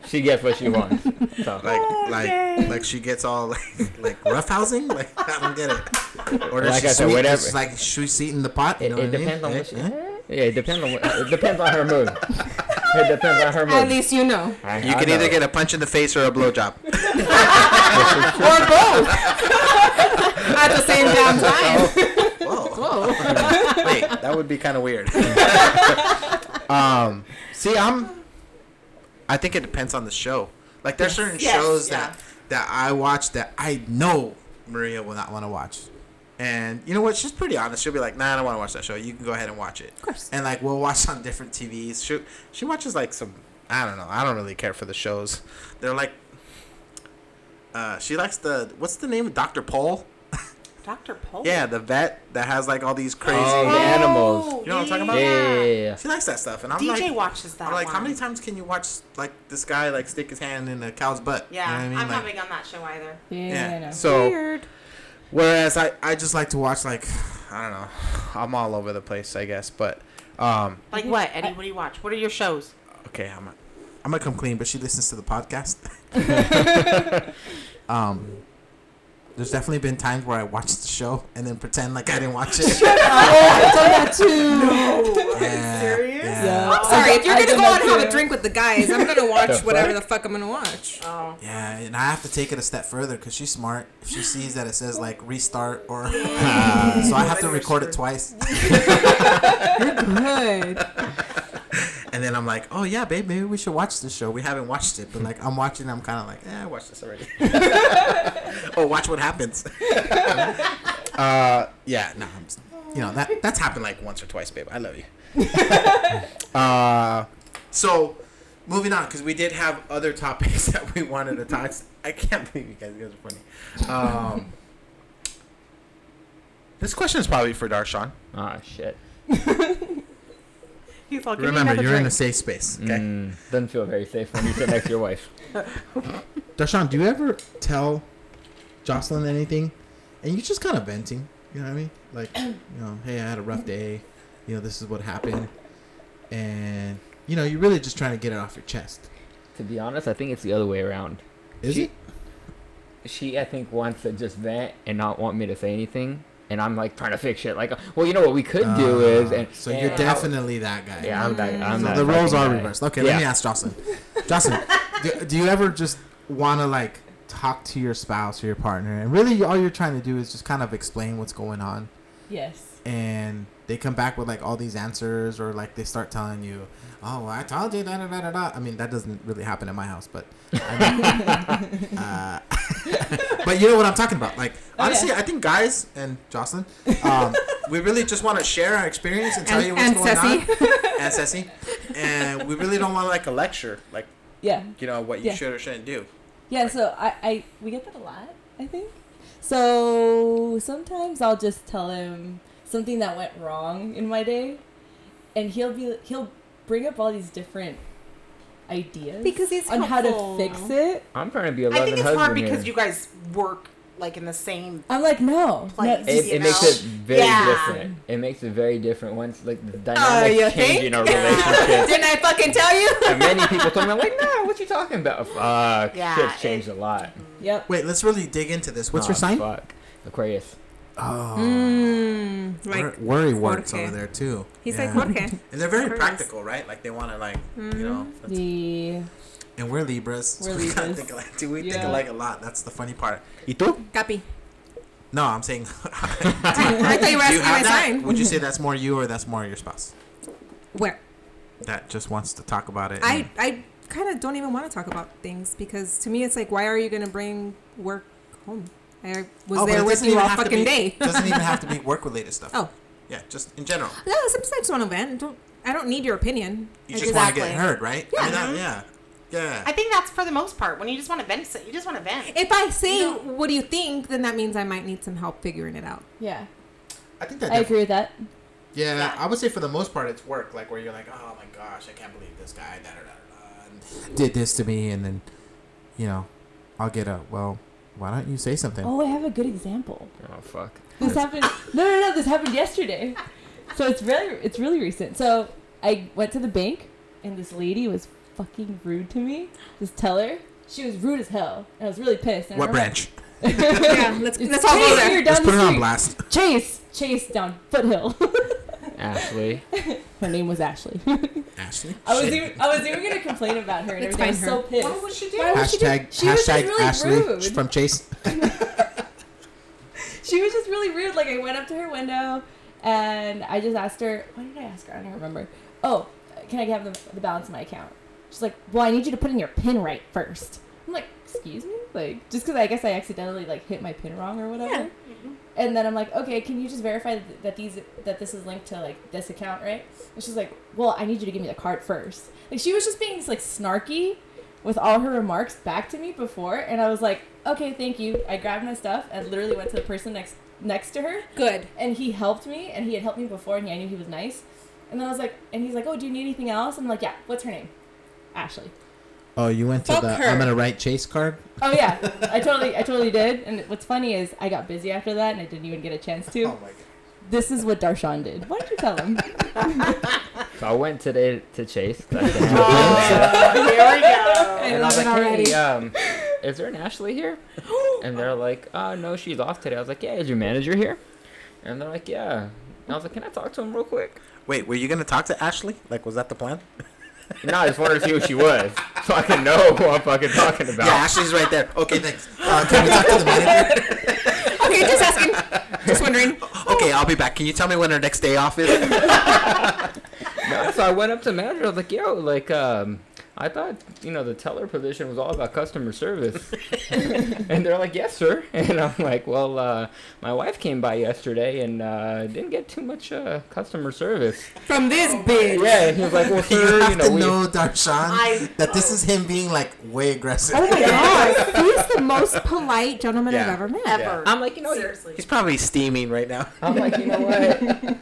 Speaker 1: she gets what she wants. So
Speaker 3: Like, like, like she gets all like, like roughhousing. Like, I don't get it. Or does
Speaker 1: Like
Speaker 3: she
Speaker 1: I said,
Speaker 3: sweet?
Speaker 1: whatever.
Speaker 3: She's like she's eating the pot. You
Speaker 1: it,
Speaker 3: know
Speaker 1: it
Speaker 3: what I mean?
Speaker 1: depends on
Speaker 3: Eh,
Speaker 1: what she,
Speaker 3: eh?
Speaker 1: yeah, it depends on what, it depends on her mood. It depends on her mood.
Speaker 4: At least you know.
Speaker 1: I-
Speaker 10: You
Speaker 1: I
Speaker 10: can
Speaker 1: know.
Speaker 10: either get a punch in the face or a blowjob.
Speaker 4: Or both. At the same damn time.
Speaker 3: Whoa. Wait, that would be kind of weird. um, see, I'm. I think it depends on the show. Like, there's certain
Speaker 5: Yes,
Speaker 3: shows
Speaker 5: yeah.
Speaker 3: that that I watch that I know Maria will not want to watch. And you know what? She's pretty honest. She'll be like, "Nah, I don't want to watch that show. You can go ahead and watch it." Of
Speaker 4: course.
Speaker 3: And like, we'll watch on different TVs. She she watches like some. I don't know. I don't really care for the shows. They're like. Uh, she likes the what's the name of Doctor Paul?
Speaker 5: Dr. Pole.
Speaker 10: Yeah, the vet that has like all these crazy.
Speaker 1: Oh, the animals.
Speaker 10: You know what I'm
Speaker 3: Oh,
Speaker 10: talking about?
Speaker 1: Yeah, yeah, yeah, yeah.
Speaker 10: She likes that stuff, and I'm
Speaker 5: DJ
Speaker 10: like,
Speaker 5: watches that.
Speaker 10: I'm like, how
Speaker 5: one.
Speaker 10: many times can you watch like this guy like stick his hand in a cow's butt? You
Speaker 5: Yeah,
Speaker 10: know what I mean?
Speaker 5: I'm
Speaker 10: Like,
Speaker 5: not big on that show either.
Speaker 6: Yeah,
Speaker 10: yeah.
Speaker 6: I know.
Speaker 10: So
Speaker 5: Weird.
Speaker 10: whereas I I just like to watch like I don't know, I'm all over the place, I guess. But um,
Speaker 5: Like what, Eddie? What do you watch? What are your shows?
Speaker 10: okay, I'm I'm gonna come clean, but she listens to the podcast.
Speaker 3: Um, there's definitely been times where I watched the show and then pretend like I didn't watch it.
Speaker 6: I've done that too.
Speaker 3: Yeah,
Speaker 5: serious?
Speaker 3: Yeah.
Speaker 4: I'm sorry, if you're
Speaker 6: I
Speaker 4: gonna
Speaker 6: done
Speaker 4: go out
Speaker 6: that
Speaker 4: and have a
Speaker 6: too.
Speaker 4: drink with the guys, I'm gonna watch
Speaker 1: The
Speaker 4: whatever the fuck I'm gonna watch.
Speaker 5: Oh,
Speaker 3: Yeah, and I have to take it a step further because she's smart. If she sees that it says like restart or, so I have to record it twice.
Speaker 6: Good.
Speaker 3: And then I'm like, oh yeah, babe, maybe we should watch this show. We haven't watched it, but like I'm watching, I'm kind of like, eh, I watched this already. oh, watch what happens.
Speaker 10: uh,
Speaker 3: Yeah, no, I'm, just- you know that that's happened like once or twice, babe. I love you.
Speaker 10: uh,
Speaker 3: So, moving on because we did have other topics that we wanted to talk. I can't believe you guys, you guys are funny. Um,
Speaker 10: this question is probably for Darshan.
Speaker 1: Ah, shit.
Speaker 5: he's all. "Give me
Speaker 3: remember,
Speaker 5: another
Speaker 3: you're in a
Speaker 5: drink."
Speaker 3: safe space. Okay.
Speaker 1: Mm, doesn't feel very safe when you sit next to your wife.
Speaker 3: Darshan, do you ever tell Jocelyn anything? And you just kind of venting. You know what I mean? Like, you know, hey, I had a rough day. You know, this is what happened. And, you know, you're really just trying to get it off your chest.
Speaker 1: To be honest, I think it's the other way around.
Speaker 3: Is
Speaker 1: She-
Speaker 3: it?
Speaker 1: She, I think, wants to just vent and not want me to say anything. And I'm like trying to fix it. Like, well, you know what we could do is,
Speaker 3: Uh,
Speaker 1: and
Speaker 3: so
Speaker 1: and
Speaker 3: you're
Speaker 1: I'll-
Speaker 3: definitely that guy.
Speaker 1: yeah, I'm that. I'm
Speaker 3: so
Speaker 1: that
Speaker 3: the roles
Speaker 1: fucking
Speaker 3: are
Speaker 1: guy.
Speaker 3: reversed. Okay, let me ask Jocelyn. Jocelyn, do, do you ever just want to like talk to your spouse or your partner, and really all you're trying to do is just kind of explain what's going on,
Speaker 6: Yes.
Speaker 3: and they come back with like all these answers, or like they start telling you, "Oh, well, I told you da da da da da." I mean, that doesn't really happen at my house, but. I mean, uh,
Speaker 10: But you know what I'm talking about.
Speaker 4: Oh,
Speaker 10: Like
Speaker 6: yeah.
Speaker 10: honestly, I think guys and Jocelyn, um, we really just want to share our experience and tell
Speaker 4: And-
Speaker 10: you what's
Speaker 4: and
Speaker 10: going on, and Ceci, and we really don't want like a lecture, like
Speaker 6: Yeah.
Speaker 10: you know what you
Speaker 6: Yeah.
Speaker 10: should or shouldn't do.
Speaker 6: Yeah, so I, I we get that a lot, I think. So sometimes I'll just tell him something that went wrong in my day, and he'll be he'll bring up all these different ideas
Speaker 5: Because he's
Speaker 6: on
Speaker 5: helpful.
Speaker 6: how to fix it.
Speaker 1: I'm trying to be a
Speaker 5: I
Speaker 1: loving
Speaker 5: think it's
Speaker 1: husband
Speaker 5: hard because
Speaker 1: here.
Speaker 5: you guys work like in the same.
Speaker 6: I'm like, no, no
Speaker 5: Place.
Speaker 1: It,
Speaker 5: you
Speaker 1: it makes
Speaker 5: know?
Speaker 1: it very
Speaker 5: Yeah.
Speaker 1: different. It makes it very different once like the
Speaker 4: Oh,
Speaker 1: dynamics
Speaker 4: you
Speaker 1: change
Speaker 4: think?
Speaker 1: in our relationship.
Speaker 4: Didn't I fucking tell you?
Speaker 1: and many people told me like, "No, what you talking about? Fuck,
Speaker 5: Yeah,
Speaker 1: shit's changed a lot."
Speaker 6: yep.
Speaker 10: Wait, let's really dig into this. Oh,
Speaker 3: What's
Speaker 1: Ah,
Speaker 3: your sign?
Speaker 1: Fuck, Aquarius.
Speaker 3: oh,
Speaker 4: Mm,
Speaker 3: wor-
Speaker 4: like
Speaker 3: worry warts
Speaker 4: Jorge.
Speaker 3: over there too.
Speaker 4: he's
Speaker 3: Yeah.
Speaker 4: like, okay,
Speaker 10: And they're very
Speaker 4: Aquarius.
Speaker 10: practical, right? Like they want to like
Speaker 4: Mm-hmm.
Speaker 10: you know. that's-
Speaker 6: The
Speaker 3: And we're Libras. so
Speaker 6: We're
Speaker 3: we kinda
Speaker 6: Libras.
Speaker 3: Think alike, too. we think
Speaker 6: Yeah.
Speaker 3: alike a lot. That's the funny part.
Speaker 4: copy.
Speaker 3: No, I'm saying.
Speaker 4: I thought you were
Speaker 3: Do
Speaker 4: asking
Speaker 3: have
Speaker 4: my
Speaker 3: that?
Speaker 4: sign.
Speaker 3: Would you say that's more you or that's more your spouse
Speaker 4: Where
Speaker 3: that just wants to talk about it?
Speaker 4: I I kind of don't even want to talk about things because to me it's like, why are you gonna bring work home? I was
Speaker 3: Oh, but it
Speaker 4: there with
Speaker 3: doesn't
Speaker 4: you
Speaker 3: even
Speaker 4: all
Speaker 3: have to
Speaker 4: fucking
Speaker 3: be-
Speaker 4: day.
Speaker 3: doesn't even have to be work related stuff.
Speaker 4: Oh.
Speaker 3: Yeah, just in general.
Speaker 4: No, sometimes I just want to vent. Don't, I don't need your opinion.
Speaker 3: You just want to get
Speaker 5: Exactly.
Speaker 3: heard, right? I mean,
Speaker 4: Mm-hmm.
Speaker 3: that-
Speaker 5: Yeah.
Speaker 3: yeah. Yeah.
Speaker 5: I think that's for the most part. When you just want to vent, you just want to vent.
Speaker 4: If I say,
Speaker 5: You
Speaker 4: what do you think, then that means I might need some help figuring it out.
Speaker 6: yeah,
Speaker 3: I think that.
Speaker 6: I
Speaker 3: def-
Speaker 6: agree with that.
Speaker 3: yeah,
Speaker 5: Yeah.
Speaker 3: I would say for the most part it's work, like where you're like, oh my gosh, I can't believe this guy da, da, da, da, da, did this to me, and then, you know, I'll get a well. Why don't you say something?
Speaker 6: Oh, I have a good example.
Speaker 1: Oh fuck.
Speaker 6: This happened. No, no, no. This happened yesterday. So it's really, it's really recent. So I went to the bank, and this lady was fucking rude to me. This teller, she was rude as hell, and I was really pissed. And I
Speaker 3: what
Speaker 6: remember-
Speaker 3: branch?
Speaker 4: yeah, let's
Speaker 6: It's
Speaker 4: let's all go
Speaker 6: Chase
Speaker 4: there.
Speaker 6: here down
Speaker 3: Let's
Speaker 6: the
Speaker 3: put it on
Speaker 6: street.
Speaker 3: blast.
Speaker 6: Chase, Chase down Foothill.
Speaker 1: Ashley.
Speaker 6: her name was Ashley.
Speaker 3: Ashley.
Speaker 6: I was
Speaker 3: Shit.
Speaker 6: even, I was even gonna complain about her, and
Speaker 4: Let's
Speaker 6: everything. I was so
Speaker 4: find
Speaker 6: pissed.
Speaker 5: What would she do?
Speaker 6: Why would she do-
Speaker 3: Hashtag
Speaker 6: she was just
Speaker 3: hashtag
Speaker 6: really
Speaker 3: Ashley
Speaker 6: rude.
Speaker 3: from Chase.
Speaker 6: she was just really rude. Like I went up to her window and I just asked her, what did I ask her? I don't remember. Oh, can I have the, the balance of my account? She's like, well, I need you to put in your pin right first. I'm like, excuse me? Like, just because I guess I accidentally like hit my pin wrong or whatever.
Speaker 4: Yeah.
Speaker 6: And then I'm like, okay, can you just verify th- that these that this is linked to like this account, right? And she's like, well, I need you to give me the card first. Like she was just being like snarky with all her remarks back to me before, and I was like, okay, thank you. I grabbed my stuff and literally went to the person next next to her.
Speaker 4: Good.
Speaker 6: And he helped me, and he had helped me before, and I knew he was nice. And then I was like, and he's like, oh, do you need anything else? I'm like, yeah. What's her name? Ashley.
Speaker 3: Oh, you went to
Speaker 6: Fuck
Speaker 3: the
Speaker 6: her.
Speaker 3: I'm gonna write chase card.
Speaker 6: Oh yeah, I totally, I totally did. And what's funny is I got busy after that, and I didn't even get a chance
Speaker 3: Oh
Speaker 6: to. This is what Darshan did. Why don't you tell him?
Speaker 1: So I went today to Chase.
Speaker 5: Here Oh, we go.
Speaker 6: I
Speaker 1: and I
Speaker 6: love
Speaker 1: was like,
Speaker 6: it already.
Speaker 1: hey, um, is there an Ashley here? And they're like, uh, no, she's off today. I was like, yeah, is your manager here? And they're like, yeah. And I was like, can I talk to him real quick?
Speaker 10: Wait, were you gonna talk to Ashley? Like, was that the plan?
Speaker 1: No, I just wanted to see who she was, so I can know who I'm fucking talking about.
Speaker 10: Yeah, Ashley's right there. Okay, thanks.
Speaker 3: Uh, can we talk to the manager?
Speaker 4: Okay, just asking. Just wondering.
Speaker 10: Okay, I'll be back. Can you tell me when her next day off is?
Speaker 1: No, so I went up to manager. I was like, yo, like, um, I thought you know the teller position was all about customer service, and they're like, yes, sir. And I'm like, well, uh, my wife came by yesterday and uh, didn't get too much uh, customer service.
Speaker 4: From this bitch.
Speaker 1: Yeah, and he was like, well,
Speaker 3: You
Speaker 1: sir, you,
Speaker 3: have
Speaker 1: know,
Speaker 3: to
Speaker 1: we.
Speaker 3: know, Darshan,
Speaker 5: I-
Speaker 3: that this is him being like way aggressive.
Speaker 4: Oh my god, he's the most polite gentleman I've
Speaker 10: Yeah.
Speaker 4: ever met.
Speaker 5: Ever.
Speaker 1: I'm like, you know,
Speaker 5: Seriously.
Speaker 10: He's probably steaming right now.
Speaker 1: I'm like, you know what?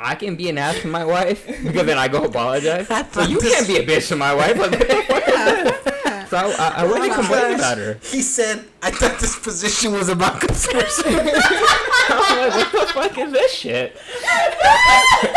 Speaker 1: I can be an ass to my wife because then I go apologize. But you can't be a bitch to my wife. Like, what the fuck? So I, I, I went and complained about her.
Speaker 3: He said, "I thought this position was about conspiracy."
Speaker 1: I'm like, what the fuck is this shit?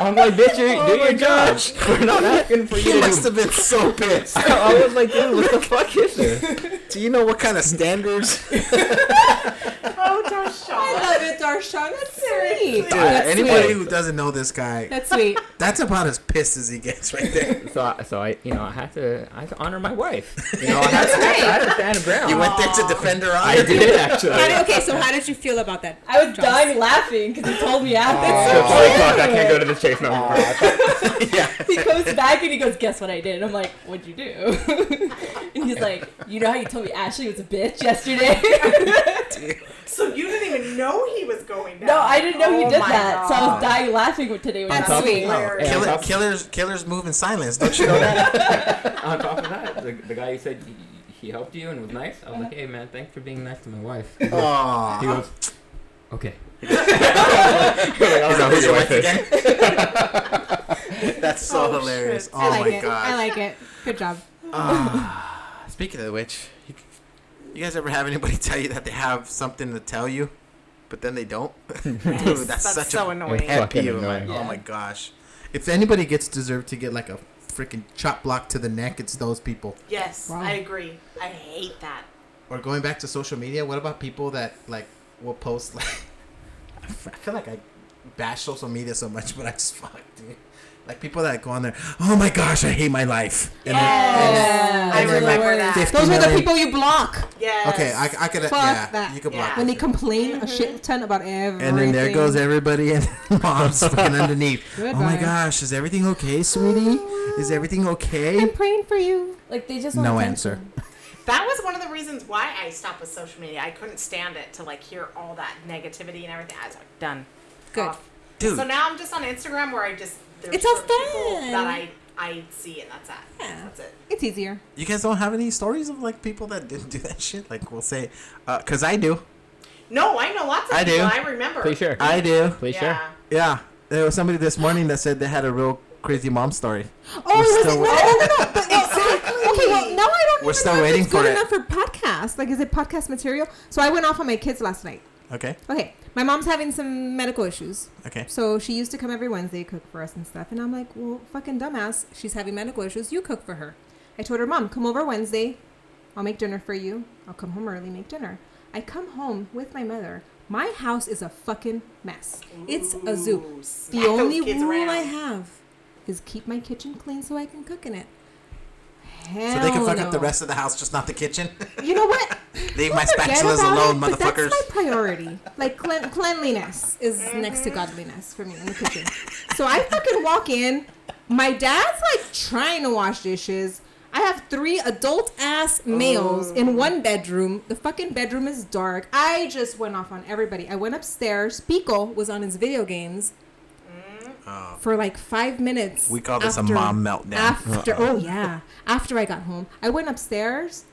Speaker 1: Oh I'm like, bitch, you do your job. We're not asking for
Speaker 3: he
Speaker 1: you to
Speaker 3: must
Speaker 1: do.
Speaker 3: have been so pissed.
Speaker 1: I was like, dude, what the fuck is this?
Speaker 3: Do you know what kind of standards?
Speaker 5: Oh, Darshan.
Speaker 4: I love it, Darshan. That's sweet.
Speaker 3: Dude,
Speaker 4: That's
Speaker 3: anybody
Speaker 4: sweet.
Speaker 3: who doesn't know this guy,
Speaker 4: That's sweet.
Speaker 3: that's about as pissed as he gets right there.
Speaker 1: So, I, so I, you know, I had to, I had to honor my wife. You know, I had to, I had to stand ground.
Speaker 3: You went there to defend her
Speaker 1: I
Speaker 3: honor.
Speaker 1: did actually.
Speaker 4: How did- okay, so how did you feel about that?
Speaker 6: I was dying laughing because he told me after.
Speaker 1: It's like, fuck, Oh I can't go to the chase no more.
Speaker 6: he comes back and he goes, "Guess what I did?" And I'm like, "What'd you do?" and he's like, "You know how you told me Ashley was a bitch yesterday?"
Speaker 5: So you didn't even know he was going down.
Speaker 6: no, I didn't know he
Speaker 5: Oh
Speaker 6: did
Speaker 5: my
Speaker 6: that, so I
Speaker 5: God.
Speaker 6: was dying laughing with today. When
Speaker 4: That's
Speaker 6: I
Speaker 4: sweet.
Speaker 5: Hilarious.
Speaker 1: Yeah.
Speaker 3: Killer, killers, killers move in silence. Don't you know that?
Speaker 1: On top of that, the, the guy who said he, he helped you and was nice, I was like, hey man, thanks for being nice to my wife. He goes,
Speaker 3: Aw.
Speaker 1: he goes, okay.
Speaker 3: Is that who's your wife again? That's so
Speaker 5: Oh,
Speaker 3: hilarious.
Speaker 5: shit.
Speaker 3: Oh
Speaker 4: I like
Speaker 3: my
Speaker 4: it. I
Speaker 3: god.
Speaker 4: like it. Good job.
Speaker 3: Ah, speaking of which, you, you guys ever have anybody tell you that they have something to tell you, but then they don't? Dude, that's,
Speaker 5: That's,
Speaker 3: such
Speaker 5: so
Speaker 3: a
Speaker 5: annoying.
Speaker 1: Yeah.
Speaker 3: pet
Speaker 1: Fucking
Speaker 3: peeve of mine.
Speaker 1: annoying.
Speaker 3: Oh my gosh! If anybody gets deserved to get like a freaking chop block to the neck, it's those people.
Speaker 5: Yes,
Speaker 4: Wow.
Speaker 5: I agree. I hate that.
Speaker 3: Or going back to social media, what about people that like will post like? I f- I feel like I bash social media so much, but I just fuck, dude. Like people that go on there, oh my gosh, I hate my life. And
Speaker 5: Yes. I
Speaker 3: And then,
Speaker 5: remember
Speaker 3: like,
Speaker 5: that.
Speaker 3: 50
Speaker 4: Those are the
Speaker 3: million-
Speaker 4: people you block
Speaker 5: Yes.
Speaker 3: Okay, I, I could.
Speaker 4: Fuck
Speaker 3: yeah,
Speaker 4: that.
Speaker 3: you could
Speaker 5: Yeah.
Speaker 3: block.
Speaker 4: when they complain a shit ton about everything.
Speaker 3: And then there goes everybody and mom's fucking underneath. Oh my
Speaker 4: Goodbye.
Speaker 3: gosh, is everything okay, sweetie? Is everything
Speaker 4: I'm
Speaker 3: okay?
Speaker 4: praying for you.
Speaker 6: Like they just want
Speaker 3: No
Speaker 6: attention.
Speaker 3: answer.
Speaker 5: That was one of the reasons why I stopped with social media. I couldn't stand it to like hear all that negativity and everything. I was like, done.
Speaker 4: Good.
Speaker 5: Off.
Speaker 3: Dude.
Speaker 5: So now I'm just on Instagram where I just there's
Speaker 4: It's all
Speaker 5: certain people
Speaker 4: fun.
Speaker 5: that I I see and that's that.
Speaker 4: Yeah.
Speaker 5: That's it.
Speaker 4: It's easier.
Speaker 3: You guys don't have any stories of like people that didn't do that shit? Like we'll say, uh, cause I do.
Speaker 5: No, I know lots of
Speaker 3: I do.
Speaker 5: people. I remember.
Speaker 1: Please share.
Speaker 3: I do.
Speaker 1: Please
Speaker 5: Yeah.
Speaker 1: share.
Speaker 3: Yeah. There was somebody this morning that said they had a real crazy mom story.
Speaker 4: Oh,
Speaker 3: We're
Speaker 4: was it,
Speaker 3: still
Speaker 4: no,
Speaker 3: wait-
Speaker 4: no, no, no, but exactly. Okay, well, now I don't
Speaker 3: We're
Speaker 4: even
Speaker 3: still
Speaker 4: know if
Speaker 3: waiting
Speaker 4: it's good
Speaker 3: for it.
Speaker 4: enough for podcast. Like, is it podcast material? So I went off on my kids last night.
Speaker 3: Okay.
Speaker 4: Okay, my mom's having some medical issues.
Speaker 3: Okay.
Speaker 4: So she used to come every Wednesday, cook for us and stuff. And I'm like, well, fucking dumbass. She's having medical issues. You cook for her. I told her, Mom, come over Wednesday. I'll make dinner for you. I'll come home early, make dinner. I come home with my mother. My house is a fucking mess. It's a zoo.
Speaker 5: Ooh, smack
Speaker 4: The
Speaker 5: those
Speaker 4: only
Speaker 5: kids
Speaker 4: rule
Speaker 5: around.
Speaker 4: I have is keep my kitchen clean so I can cook in it. Hell
Speaker 3: So they can fuck
Speaker 4: no.
Speaker 3: up the rest of the house, just not the kitchen.
Speaker 4: You know what?
Speaker 3: Leave my
Speaker 4: Forget
Speaker 3: spatulas
Speaker 4: about
Speaker 3: alone,
Speaker 4: it, but
Speaker 3: motherfuckers.
Speaker 4: That's my priority. Like clean- cleanliness is next to godliness for me in the kitchen. So I fucking walk in. My dad's like trying to wash dishes. I have three adult ass males
Speaker 3: Oh.
Speaker 4: in one bedroom. The fucking bedroom is dark. I just went off on everybody. I went upstairs. Pico was on his video games for like five minutes.
Speaker 3: Oh. We call this a mom meltdown.
Speaker 4: After, oh yeah. After I got home, I went upstairs.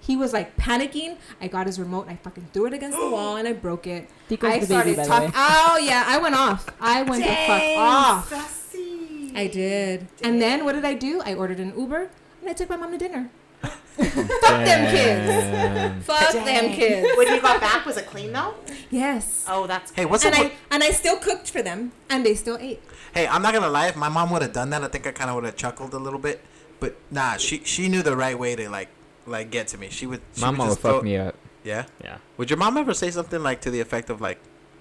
Speaker 4: He was like panicking. I got his remote and I fucking threw it against the wall and I broke it.
Speaker 6: Tico's
Speaker 4: I
Speaker 6: the baby,
Speaker 4: started
Speaker 6: by the
Speaker 4: talking.
Speaker 6: way.
Speaker 4: Oh yeah, I went off. I went the fuck off.
Speaker 5: Sassy.
Speaker 4: I did. And then what did I do? I ordered an Uber and I took my mom to dinner.
Speaker 1: Fuck
Speaker 4: them kids. Fuck them kids.
Speaker 5: When you got back, was it clean though?
Speaker 4: Yes.
Speaker 5: Oh, that's
Speaker 3: Hey, what's
Speaker 4: and
Speaker 3: up?
Speaker 4: I and I still cooked for them and they still ate.
Speaker 3: Hey, I'm not gonna lie. If my mom would have done that, I think I kind of would have chuckled a little bit. But nah, she she knew the right way to like like get to me. She would. She
Speaker 1: My mom would
Speaker 3: just
Speaker 1: fuck
Speaker 3: throw-
Speaker 1: me up.
Speaker 3: Yeah.
Speaker 1: Yeah.
Speaker 3: Would your mom ever say something like to the effect of like,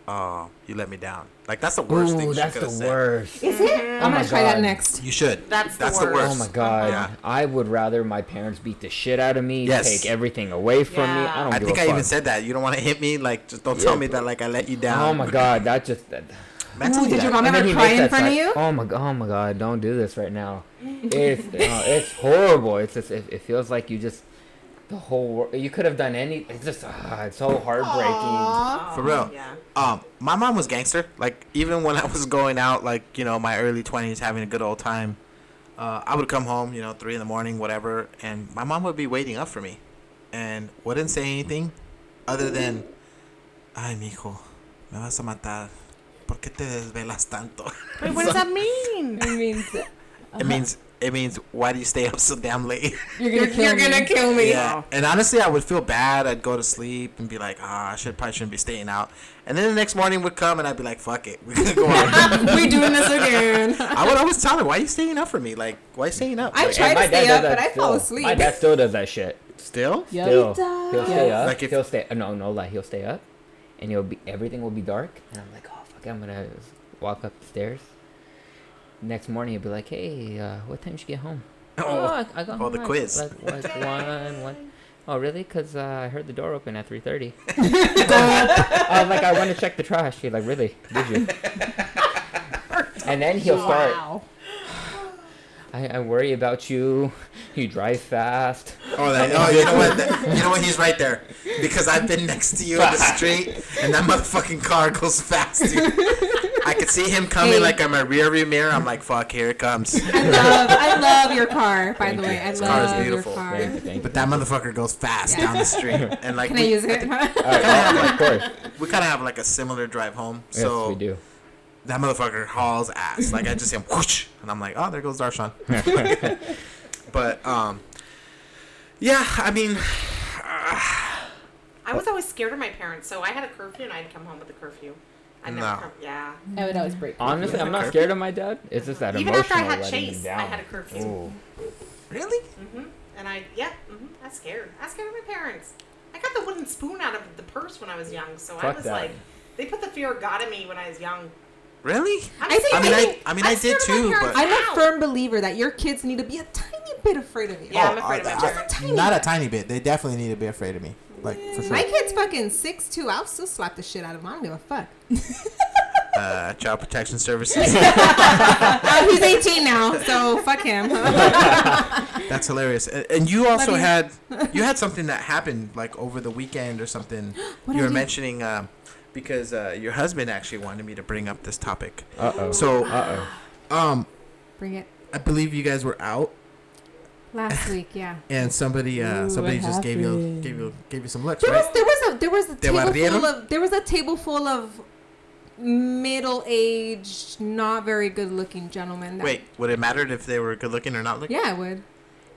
Speaker 3: "Oh, you let me down"? Like that's the worst thing.
Speaker 1: Ooh,
Speaker 3: she
Speaker 1: that's
Speaker 3: could
Speaker 1: the
Speaker 3: have said.
Speaker 1: worst.
Speaker 4: Is it? I'm
Speaker 1: my
Speaker 4: gonna try that
Speaker 1: God.
Speaker 4: next.
Speaker 3: You should.
Speaker 5: That's the
Speaker 3: the
Speaker 5: worst.
Speaker 3: worst.
Speaker 1: Oh my god.
Speaker 3: Yeah.
Speaker 1: I would rather my parents beat the shit out of me,
Speaker 3: Yes.
Speaker 1: take everything away from me.
Speaker 5: Yeah.
Speaker 1: I don't
Speaker 3: I
Speaker 1: give
Speaker 3: think
Speaker 1: a
Speaker 3: I
Speaker 1: fuck.
Speaker 3: even said that. You don't want to hit me. Like, just don't tell me that like I let you down.
Speaker 1: Oh my god, that just that,
Speaker 3: Mentally,
Speaker 4: Ooh, did
Speaker 3: that-
Speaker 4: your mom
Speaker 1: And then
Speaker 4: ever
Speaker 1: he
Speaker 4: cry
Speaker 1: makes
Speaker 4: in
Speaker 1: that
Speaker 4: front of
Speaker 1: si-
Speaker 4: you?
Speaker 1: Oh my god! Oh my god! Don't do this right now. It's no, it's horrible. It's just it, it feels like you just the whole world. You could have done any. It's just ah, it's so heartbreaking.
Speaker 3: For real.
Speaker 5: Oh, Yeah.
Speaker 3: Um, my mom was gangster. Like even when I was going out, like you know, my early twenties, having a good old time, uh, I would come home, you know, three in the morning, whatever, and my mom would be waiting up for me, and wouldn't say anything, other than, "Ay, mijo, me vas a matar. ¿Por qué te desvelas tanto?"
Speaker 5: Wait, what does that mean?
Speaker 6: I mean,
Speaker 3: It means it means why do you stay up so damn late?
Speaker 6: you're gonna kill me.
Speaker 4: kill me.
Speaker 3: Yeah. And honestly, I would feel bad. I'd go to sleep and be like, ah, I should probably shouldn't be staying out. And then the next morning would come, and I'd be like, fuck it, we're gonna go out.
Speaker 4: we doing this again.
Speaker 3: I would always tell her, why are you staying up for me? Like, why are you staying up?
Speaker 4: I
Speaker 3: Like,
Speaker 4: try
Speaker 1: And
Speaker 4: to
Speaker 1: my dad
Speaker 4: stay
Speaker 1: does
Speaker 4: up,
Speaker 1: that
Speaker 4: but I fall
Speaker 1: still.
Speaker 4: asleep.
Speaker 1: My dad still does that shit.
Speaker 3: still?
Speaker 6: Yep.
Speaker 1: Still,
Speaker 4: He does.
Speaker 1: will stay up.
Speaker 3: Like if-
Speaker 1: he'll stay. No, no lie. He'll stay up, and he'll be everything will be dark. And I'm like, oh fuck, it, I'm gonna walk up the stairs. Next morning, he'll be like, hey, uh, what time did you get home? Oh,
Speaker 3: Oh,
Speaker 1: I, I got
Speaker 3: oh, the
Speaker 1: home at,
Speaker 3: quiz.
Speaker 1: Like, like one, one. Oh, really? Because uh, I heard the door open at 3.30. I was like, I want to check the trash. He's like, really? Did you? and then he'll start,
Speaker 4: Wow.
Speaker 1: I, I worry about you. You drive fast.
Speaker 3: oh, that, oh you know what? That- you know what? He's right there. Because I've been next to you in the street, and that motherfucking car goes fast, dude. I could see him coming
Speaker 4: Hey.
Speaker 3: like on my rear view mirror. I'm like, fuck, here it comes.
Speaker 4: I love, I love your car, by the way. I
Speaker 3: This car is
Speaker 4: love
Speaker 3: beautiful.
Speaker 4: your car.
Speaker 1: Thank you, thank you.
Speaker 3: But that motherfucker goes fast down the street. And like
Speaker 4: Can I
Speaker 3: we, uh,
Speaker 4: use it?
Speaker 1: All right, well, Oh, of course.
Speaker 3: we kind of have like a similar drive home.
Speaker 1: Yes,
Speaker 3: so
Speaker 1: we do.
Speaker 3: that motherfucker hauls ass. Like I just see him whoosh, and I'm like, oh, there goes Darshan. but um, yeah, I mean,
Speaker 5: I was always scared of my parents, so I had a curfew and I'd come home with a curfew. I never
Speaker 3: No.
Speaker 5: come. Yeah.
Speaker 6: I would always break.
Speaker 1: Honestly, I'm not scared of my dad. It's just that
Speaker 5: Even
Speaker 1: emotional
Speaker 5: after I had
Speaker 1: letting him
Speaker 5: Chase, I
Speaker 1: down.
Speaker 5: had a curfew.
Speaker 1: Ooh.
Speaker 3: really?
Speaker 5: Mm-hmm. And I, yeah, mm-hmm. I was scared. I was scared of my parents. I got the wooden spoon out of the purse when I was young, so I
Speaker 1: Fuck
Speaker 5: was
Speaker 1: that.
Speaker 5: like, they put the fear of God in me when I was young.
Speaker 3: Really?
Speaker 5: I'm
Speaker 4: I think- I
Speaker 5: scared
Speaker 4: mean,
Speaker 5: of-
Speaker 3: I- I mean,
Speaker 5: I'm
Speaker 3: I did
Speaker 5: scared of my
Speaker 3: too,
Speaker 5: parents
Speaker 3: but-
Speaker 4: I'm
Speaker 5: now.
Speaker 4: a firm believer that your kids need to be a tiny bit afraid of you.
Speaker 5: Yeah,
Speaker 3: Oh,
Speaker 5: I'm afraid of my parents.
Speaker 4: Tiny not a bit.
Speaker 3: tiny bit. They definitely need to be afraid of me. Like for
Speaker 4: My kid's fucking six two. I'll still slap the shit out of him. I don't give a fuck.
Speaker 3: Uh, child protection services.
Speaker 4: Oh, he's 18 now, so fuck him.
Speaker 3: That's hilarious. And, and you also
Speaker 4: Love you.
Speaker 3: had you had something that happened like over the weekend or something.
Speaker 4: What
Speaker 3: you
Speaker 4: I
Speaker 3: were
Speaker 4: do?
Speaker 3: mentioning uh, because uh, your husband actually wanted me to bring up this topic.
Speaker 1: Uh oh.
Speaker 3: So
Speaker 1: Uh
Speaker 3: um,
Speaker 4: Bring it.
Speaker 3: I believe you guys were out
Speaker 4: Last week, yeah.
Speaker 3: and somebody uh
Speaker 6: Ooh,
Speaker 3: somebody
Speaker 6: what
Speaker 3: just gave you
Speaker 6: happened?
Speaker 3: gave you gave you some looks,
Speaker 4: There was
Speaker 3: right?
Speaker 4: there was a there was a
Speaker 3: Te
Speaker 4: table
Speaker 3: barrieron?
Speaker 4: full of there was a table full of middle aged, not very good looking gentlemen. that-
Speaker 3: Wait, would it matter if they were good looking or not looking?
Speaker 4: Yeah, it would.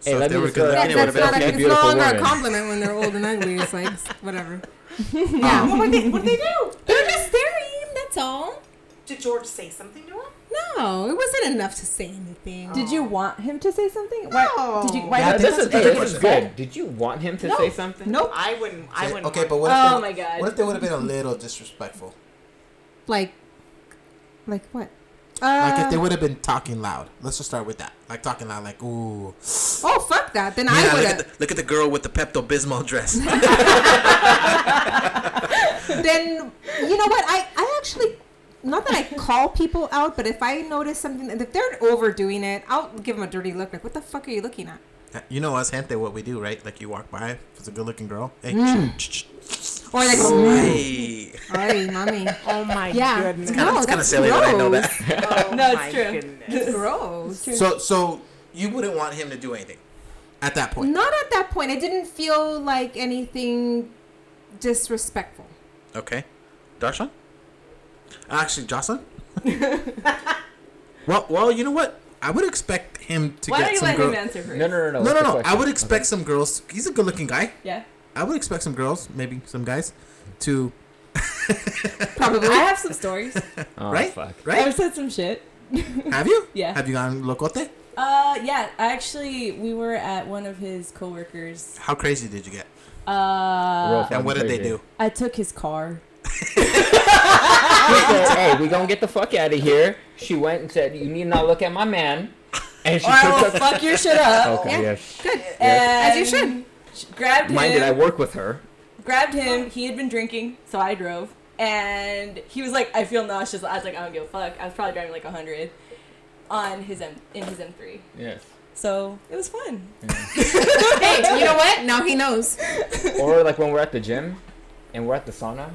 Speaker 3: So
Speaker 1: Hey,
Speaker 3: if
Speaker 1: let
Speaker 3: they
Speaker 1: me
Speaker 3: were
Speaker 1: just
Speaker 3: good
Speaker 1: go
Speaker 3: looking,
Speaker 1: down
Speaker 3: it
Speaker 4: That,
Speaker 3: would
Speaker 1: there.
Speaker 4: that's
Speaker 3: have been
Speaker 4: not
Speaker 3: okay.
Speaker 4: a,
Speaker 1: okay.
Speaker 4: it's no
Speaker 1: Beautiful
Speaker 4: longer a
Speaker 1: woman.
Speaker 4: compliment when they're old and ugly. It's like whatever. Um,
Speaker 5: Oh,
Speaker 4: Yeah,
Speaker 5: what would they, what did they do?
Speaker 4: they're just staring. That's all.
Speaker 5: Did George say something to him?
Speaker 4: No, it wasn't enough to say anything.
Speaker 6: Did you want him to say something? Why, did you? Why
Speaker 1: Now,
Speaker 6: did
Speaker 1: this is, hey,
Speaker 6: that's the
Speaker 1: this is
Speaker 6: question?
Speaker 1: good. Did you want him to say something?
Speaker 4: Nope.
Speaker 5: I wouldn't. I wouldn't.
Speaker 3: Okay,
Speaker 5: want-
Speaker 3: but what if,
Speaker 6: Oh
Speaker 3: they,
Speaker 6: my god.
Speaker 3: what if they would have been a little disrespectful?
Speaker 4: Like, like what?
Speaker 3: like if
Speaker 4: Uh,
Speaker 3: they would have been talking loud. Let's just start with that. Like talking loud, like ooh.
Speaker 4: oh fuck that! Then
Speaker 3: Yeah,
Speaker 4: I would
Speaker 3: look, at the,
Speaker 4: have.
Speaker 3: look at the girl with the Pepto Bismol dress.
Speaker 4: Then you know what? I I actually not that I call people out, but if I notice something, if they're overdoing it, I'll give them a dirty look. Like, what the fuck are you looking at?
Speaker 3: you know us, gente, what we do, right? Like you walk by, if it's a good-looking girl. Hey, ch- ch- ch-
Speaker 4: Or like,
Speaker 3: hey.
Speaker 4: hey, mommy.
Speaker 5: Oh my
Speaker 4: Yeah.
Speaker 5: goodness.
Speaker 3: Kinda- it's kind of silly, but I know that.
Speaker 5: Oh
Speaker 6: No, it's
Speaker 5: my
Speaker 6: true.
Speaker 5: goodness.
Speaker 4: Gross.
Speaker 3: So, so you wouldn't want him to do anything. at that point.
Speaker 4: Not at that point. I didn't feel like anything disrespectful.
Speaker 10: Okay.
Speaker 3: Darshan? Actually, Jocelyn? well, well, you know what? I would expect him to
Speaker 6: Why
Speaker 3: get
Speaker 6: don't you
Speaker 3: some
Speaker 6: let
Speaker 3: girl-
Speaker 6: him answer first?
Speaker 1: No, no, no, no.
Speaker 3: No, no,
Speaker 1: what's the
Speaker 3: no. I
Speaker 1: question?
Speaker 3: would expect some girls. He's a good-looking guy.
Speaker 6: Yeah.
Speaker 3: I would expect some girls, maybe some guys, to
Speaker 6: Probably. I have some stories.
Speaker 1: Oh,
Speaker 3: right?
Speaker 1: Fuck.
Speaker 3: right.
Speaker 6: I've said some shit.
Speaker 3: Have you?
Speaker 6: Yeah.
Speaker 3: Have you gone locote?
Speaker 6: Uh, yeah. I actually, we were at one of his coworkers.
Speaker 3: How crazy did you get?
Speaker 1: Real
Speaker 6: Uh,
Speaker 1: fucking
Speaker 3: And what did they
Speaker 1: crazy.
Speaker 3: do?
Speaker 6: I took his car.
Speaker 1: She said, "Hey, we gonna get the fuck out of here." She went and said, "You need not look at my man." And she
Speaker 6: Or I will
Speaker 1: took
Speaker 6: fuck your shit up.
Speaker 1: Okay,
Speaker 4: Yeah,
Speaker 1: yes.
Speaker 4: Good.
Speaker 6: And
Speaker 4: As you should.
Speaker 6: sh- Grabbed
Speaker 1: Minded,
Speaker 6: him.
Speaker 1: I work with her.
Speaker 6: grabbed him. He had been drinking, so I drove. And he was like, I feel nauseous. I was like, I don't give a fuck. I was probably driving like 100 on his M- in his M3.
Speaker 1: Yes.
Speaker 6: So it was fun.
Speaker 4: Hey, you know what? Now he knows.
Speaker 1: or like when we're at the gym and we're at the sauna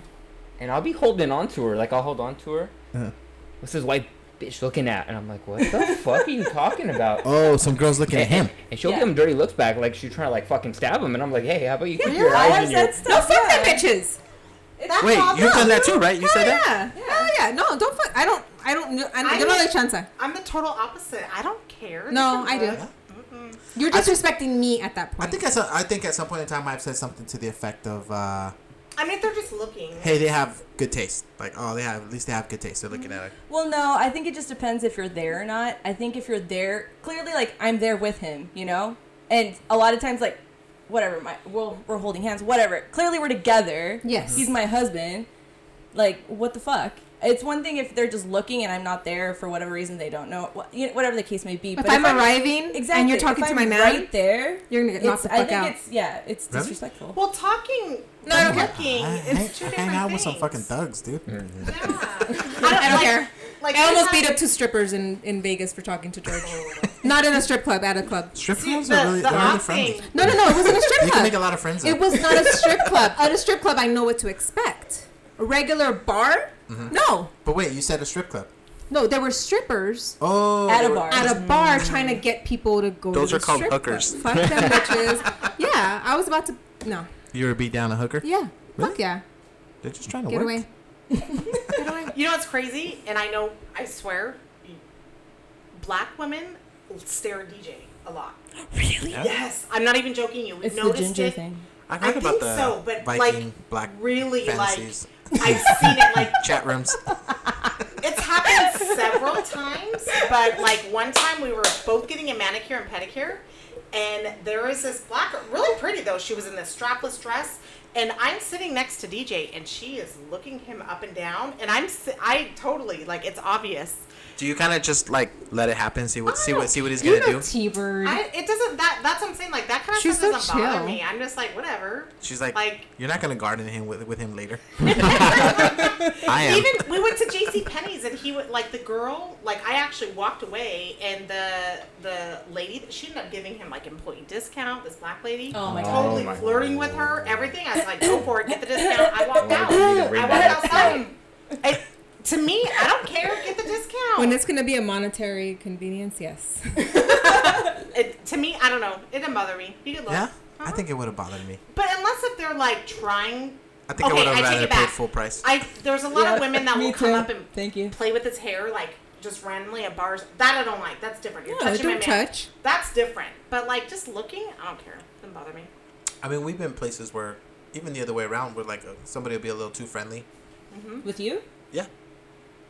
Speaker 1: and I'll be holding on to her, like I'll hold on to her.
Speaker 3: Uh-huh.
Speaker 1: What's this white bitch looking at? And I'm like, what the fuck are you talking about?
Speaker 3: Oh, some girls looking at him.
Speaker 1: And she'll
Speaker 6: Yeah.
Speaker 1: give him dirty looks back, like she's trying to like fucking stab him. And I'm like, hey, how about you keep your
Speaker 6: I
Speaker 1: eyes
Speaker 6: have
Speaker 1: in your
Speaker 6: said stuff.
Speaker 4: Fuck
Speaker 6: yeah.
Speaker 4: them bitches.
Speaker 6: Oh,
Speaker 4: That's
Speaker 3: Wait,
Speaker 4: all
Speaker 3: you've
Speaker 4: up.
Speaker 3: done that too, right? You
Speaker 4: Hell
Speaker 3: said that.
Speaker 4: yeah. Yeah. Hell yeah. No, don't fuck. I don't. I don't. I don't.
Speaker 5: I
Speaker 4: Yo no doy
Speaker 5: mean-
Speaker 4: chance.
Speaker 5: I'm the total opposite. I don't care.
Speaker 4: No, I do. You're disrespecting me at that
Speaker 3: I
Speaker 4: point.
Speaker 3: think at some, I think at some point in time I've said something to the effect of, uh,
Speaker 5: I mean, if they're just looking.
Speaker 3: "Hey, they have good taste. Like, oh, they have at least they have good taste. They're looking at it.
Speaker 6: Well, no, I think it just depends if you're there or not. I think if you're there, clearly, like I'm there with him, you know. And a lot of times, like, whatever, my we're, we're holding hands, whatever. Clearly, we're together.
Speaker 4: Yes.
Speaker 6: he's my husband. Like, what the fuck? It's one thing if they're just looking and I'm not there for whatever reason they don't know, wha- you know, whatever the case may be.
Speaker 4: if I'm arriving
Speaker 6: exactly,
Speaker 4: and you're talking
Speaker 6: if
Speaker 4: to
Speaker 6: I'm
Speaker 4: my man,
Speaker 6: right there,
Speaker 4: you're gonna get knocked the
Speaker 6: it's- I
Speaker 4: fuck
Speaker 6: think
Speaker 4: out.
Speaker 6: it's yeah, it's
Speaker 3: Really?
Speaker 6: disrespectful.
Speaker 5: Well, talking.
Speaker 4: No, I don't care.
Speaker 5: Looking.
Speaker 3: I hang,
Speaker 5: It's two
Speaker 3: I
Speaker 5: different
Speaker 3: hang out with some
Speaker 5: things.
Speaker 3: fucking thugs, dude.
Speaker 5: Yeah.
Speaker 4: I don't
Speaker 5: like-
Speaker 4: care.
Speaker 5: Like
Speaker 4: I almost
Speaker 5: you
Speaker 4: beat
Speaker 5: have-
Speaker 4: up two strippers in, in Vegas for talking to George.
Speaker 6: Oh.
Speaker 4: Not in a strip club, at a club.
Speaker 3: Strip
Speaker 5: See,
Speaker 3: clubs
Speaker 5: the-
Speaker 3: are really
Speaker 5: the
Speaker 3: they're really
Speaker 5: hot
Speaker 3: friendly.
Speaker 5: thing-
Speaker 4: No, no, no. It wasn't a strip
Speaker 3: You can make a
Speaker 4: club.
Speaker 3: lot of friends.
Speaker 4: It
Speaker 3: there.
Speaker 4: was not a strip club. At a strip club, I know what to expect. A regular bar?
Speaker 3: Mm-hmm.
Speaker 4: No.
Speaker 3: But wait, you said a strip club.
Speaker 4: No, there were strippers
Speaker 3: Oh,
Speaker 6: At a bar.
Speaker 4: at a bar trying to get people to go
Speaker 10: Those
Speaker 4: to
Speaker 10: are
Speaker 4: the
Speaker 10: called
Speaker 4: strip
Speaker 10: hookers.
Speaker 4: Club. Fuck them bitches. Yeah, I was about to. No.
Speaker 3: you were beat down a hooker.
Speaker 4: Yeah.
Speaker 3: Really?
Speaker 4: Fuck yeah.
Speaker 3: They're just trying to
Speaker 4: Get
Speaker 3: work.
Speaker 4: away. Get away.
Speaker 5: You know what's crazy? And I know, I swear, black women stare at DJ a lot. Really? Yes. I'm not even joking. You
Speaker 6: it's the
Speaker 5: noticed
Speaker 6: ginger
Speaker 5: it.
Speaker 6: thing.
Speaker 3: I heard
Speaker 5: I
Speaker 3: about
Speaker 5: think
Speaker 3: the
Speaker 5: so, but
Speaker 3: Viking
Speaker 5: like
Speaker 3: black
Speaker 5: really
Speaker 3: fantasies.
Speaker 5: like I've seen it like
Speaker 3: chat rooms.
Speaker 5: it's happened several times, but like one time we were both getting a manicure and pedicure, and there was this black, girl- really pretty though. She was in this strapless dress, and I'm sitting next to DJ, and she is looking him up and down, and I'm si- I totally like it's obvious.
Speaker 3: Do you kind of just like let it happen? See what see what see what he's
Speaker 4: You
Speaker 3: gonna
Speaker 4: know
Speaker 3: do?
Speaker 4: T Bird.
Speaker 5: I, it doesn't that that's what I'm saying like that kind of
Speaker 4: She's
Speaker 5: stuff
Speaker 4: so
Speaker 5: doesn't bother
Speaker 4: chill.
Speaker 5: me. I'm just like whatever.
Speaker 3: She's like,
Speaker 5: Like-
Speaker 3: you're not gonna garden him with with him later. I am.
Speaker 5: Even we went to JC Penney's and he would like the girl like I actually walked away and the the lady she ended up giving him like employee discount this black lady
Speaker 6: Oh my God.
Speaker 5: totally
Speaker 1: Oh my
Speaker 5: flirting with her everything I was like go for it get the discount I walked
Speaker 1: Oh,
Speaker 5: out
Speaker 1: you need to
Speaker 5: I
Speaker 1: bring
Speaker 5: walked
Speaker 1: that up.
Speaker 5: outside I, to me I don't care get the discount
Speaker 4: when it's going to be a monetary convenience, yes.
Speaker 5: it, to me I don't know it didn't bother me you could look
Speaker 3: yeah, I think it would have bothered me.
Speaker 5: but unless if they're like trying
Speaker 3: I think
Speaker 5: Okay,
Speaker 3: I would
Speaker 5: I
Speaker 3: have
Speaker 5: take
Speaker 3: rather
Speaker 5: it back.
Speaker 3: paid full price.
Speaker 5: I there's a lot
Speaker 6: Yeah,
Speaker 5: of women that
Speaker 6: me
Speaker 5: will come
Speaker 6: too.
Speaker 5: up and
Speaker 6: Thank you.
Speaker 5: play with his hair like just randomly at bars that I don't like that's different you're
Speaker 4: No,
Speaker 5: touching my
Speaker 4: don't
Speaker 5: man.
Speaker 4: touch.
Speaker 5: That's different. But like just looking, I don't care. Doesn't bother me.
Speaker 3: I mean, we've been places where even the other way around, where like uh, somebody will be a little too friendly.
Speaker 6: With you?
Speaker 3: Yeah,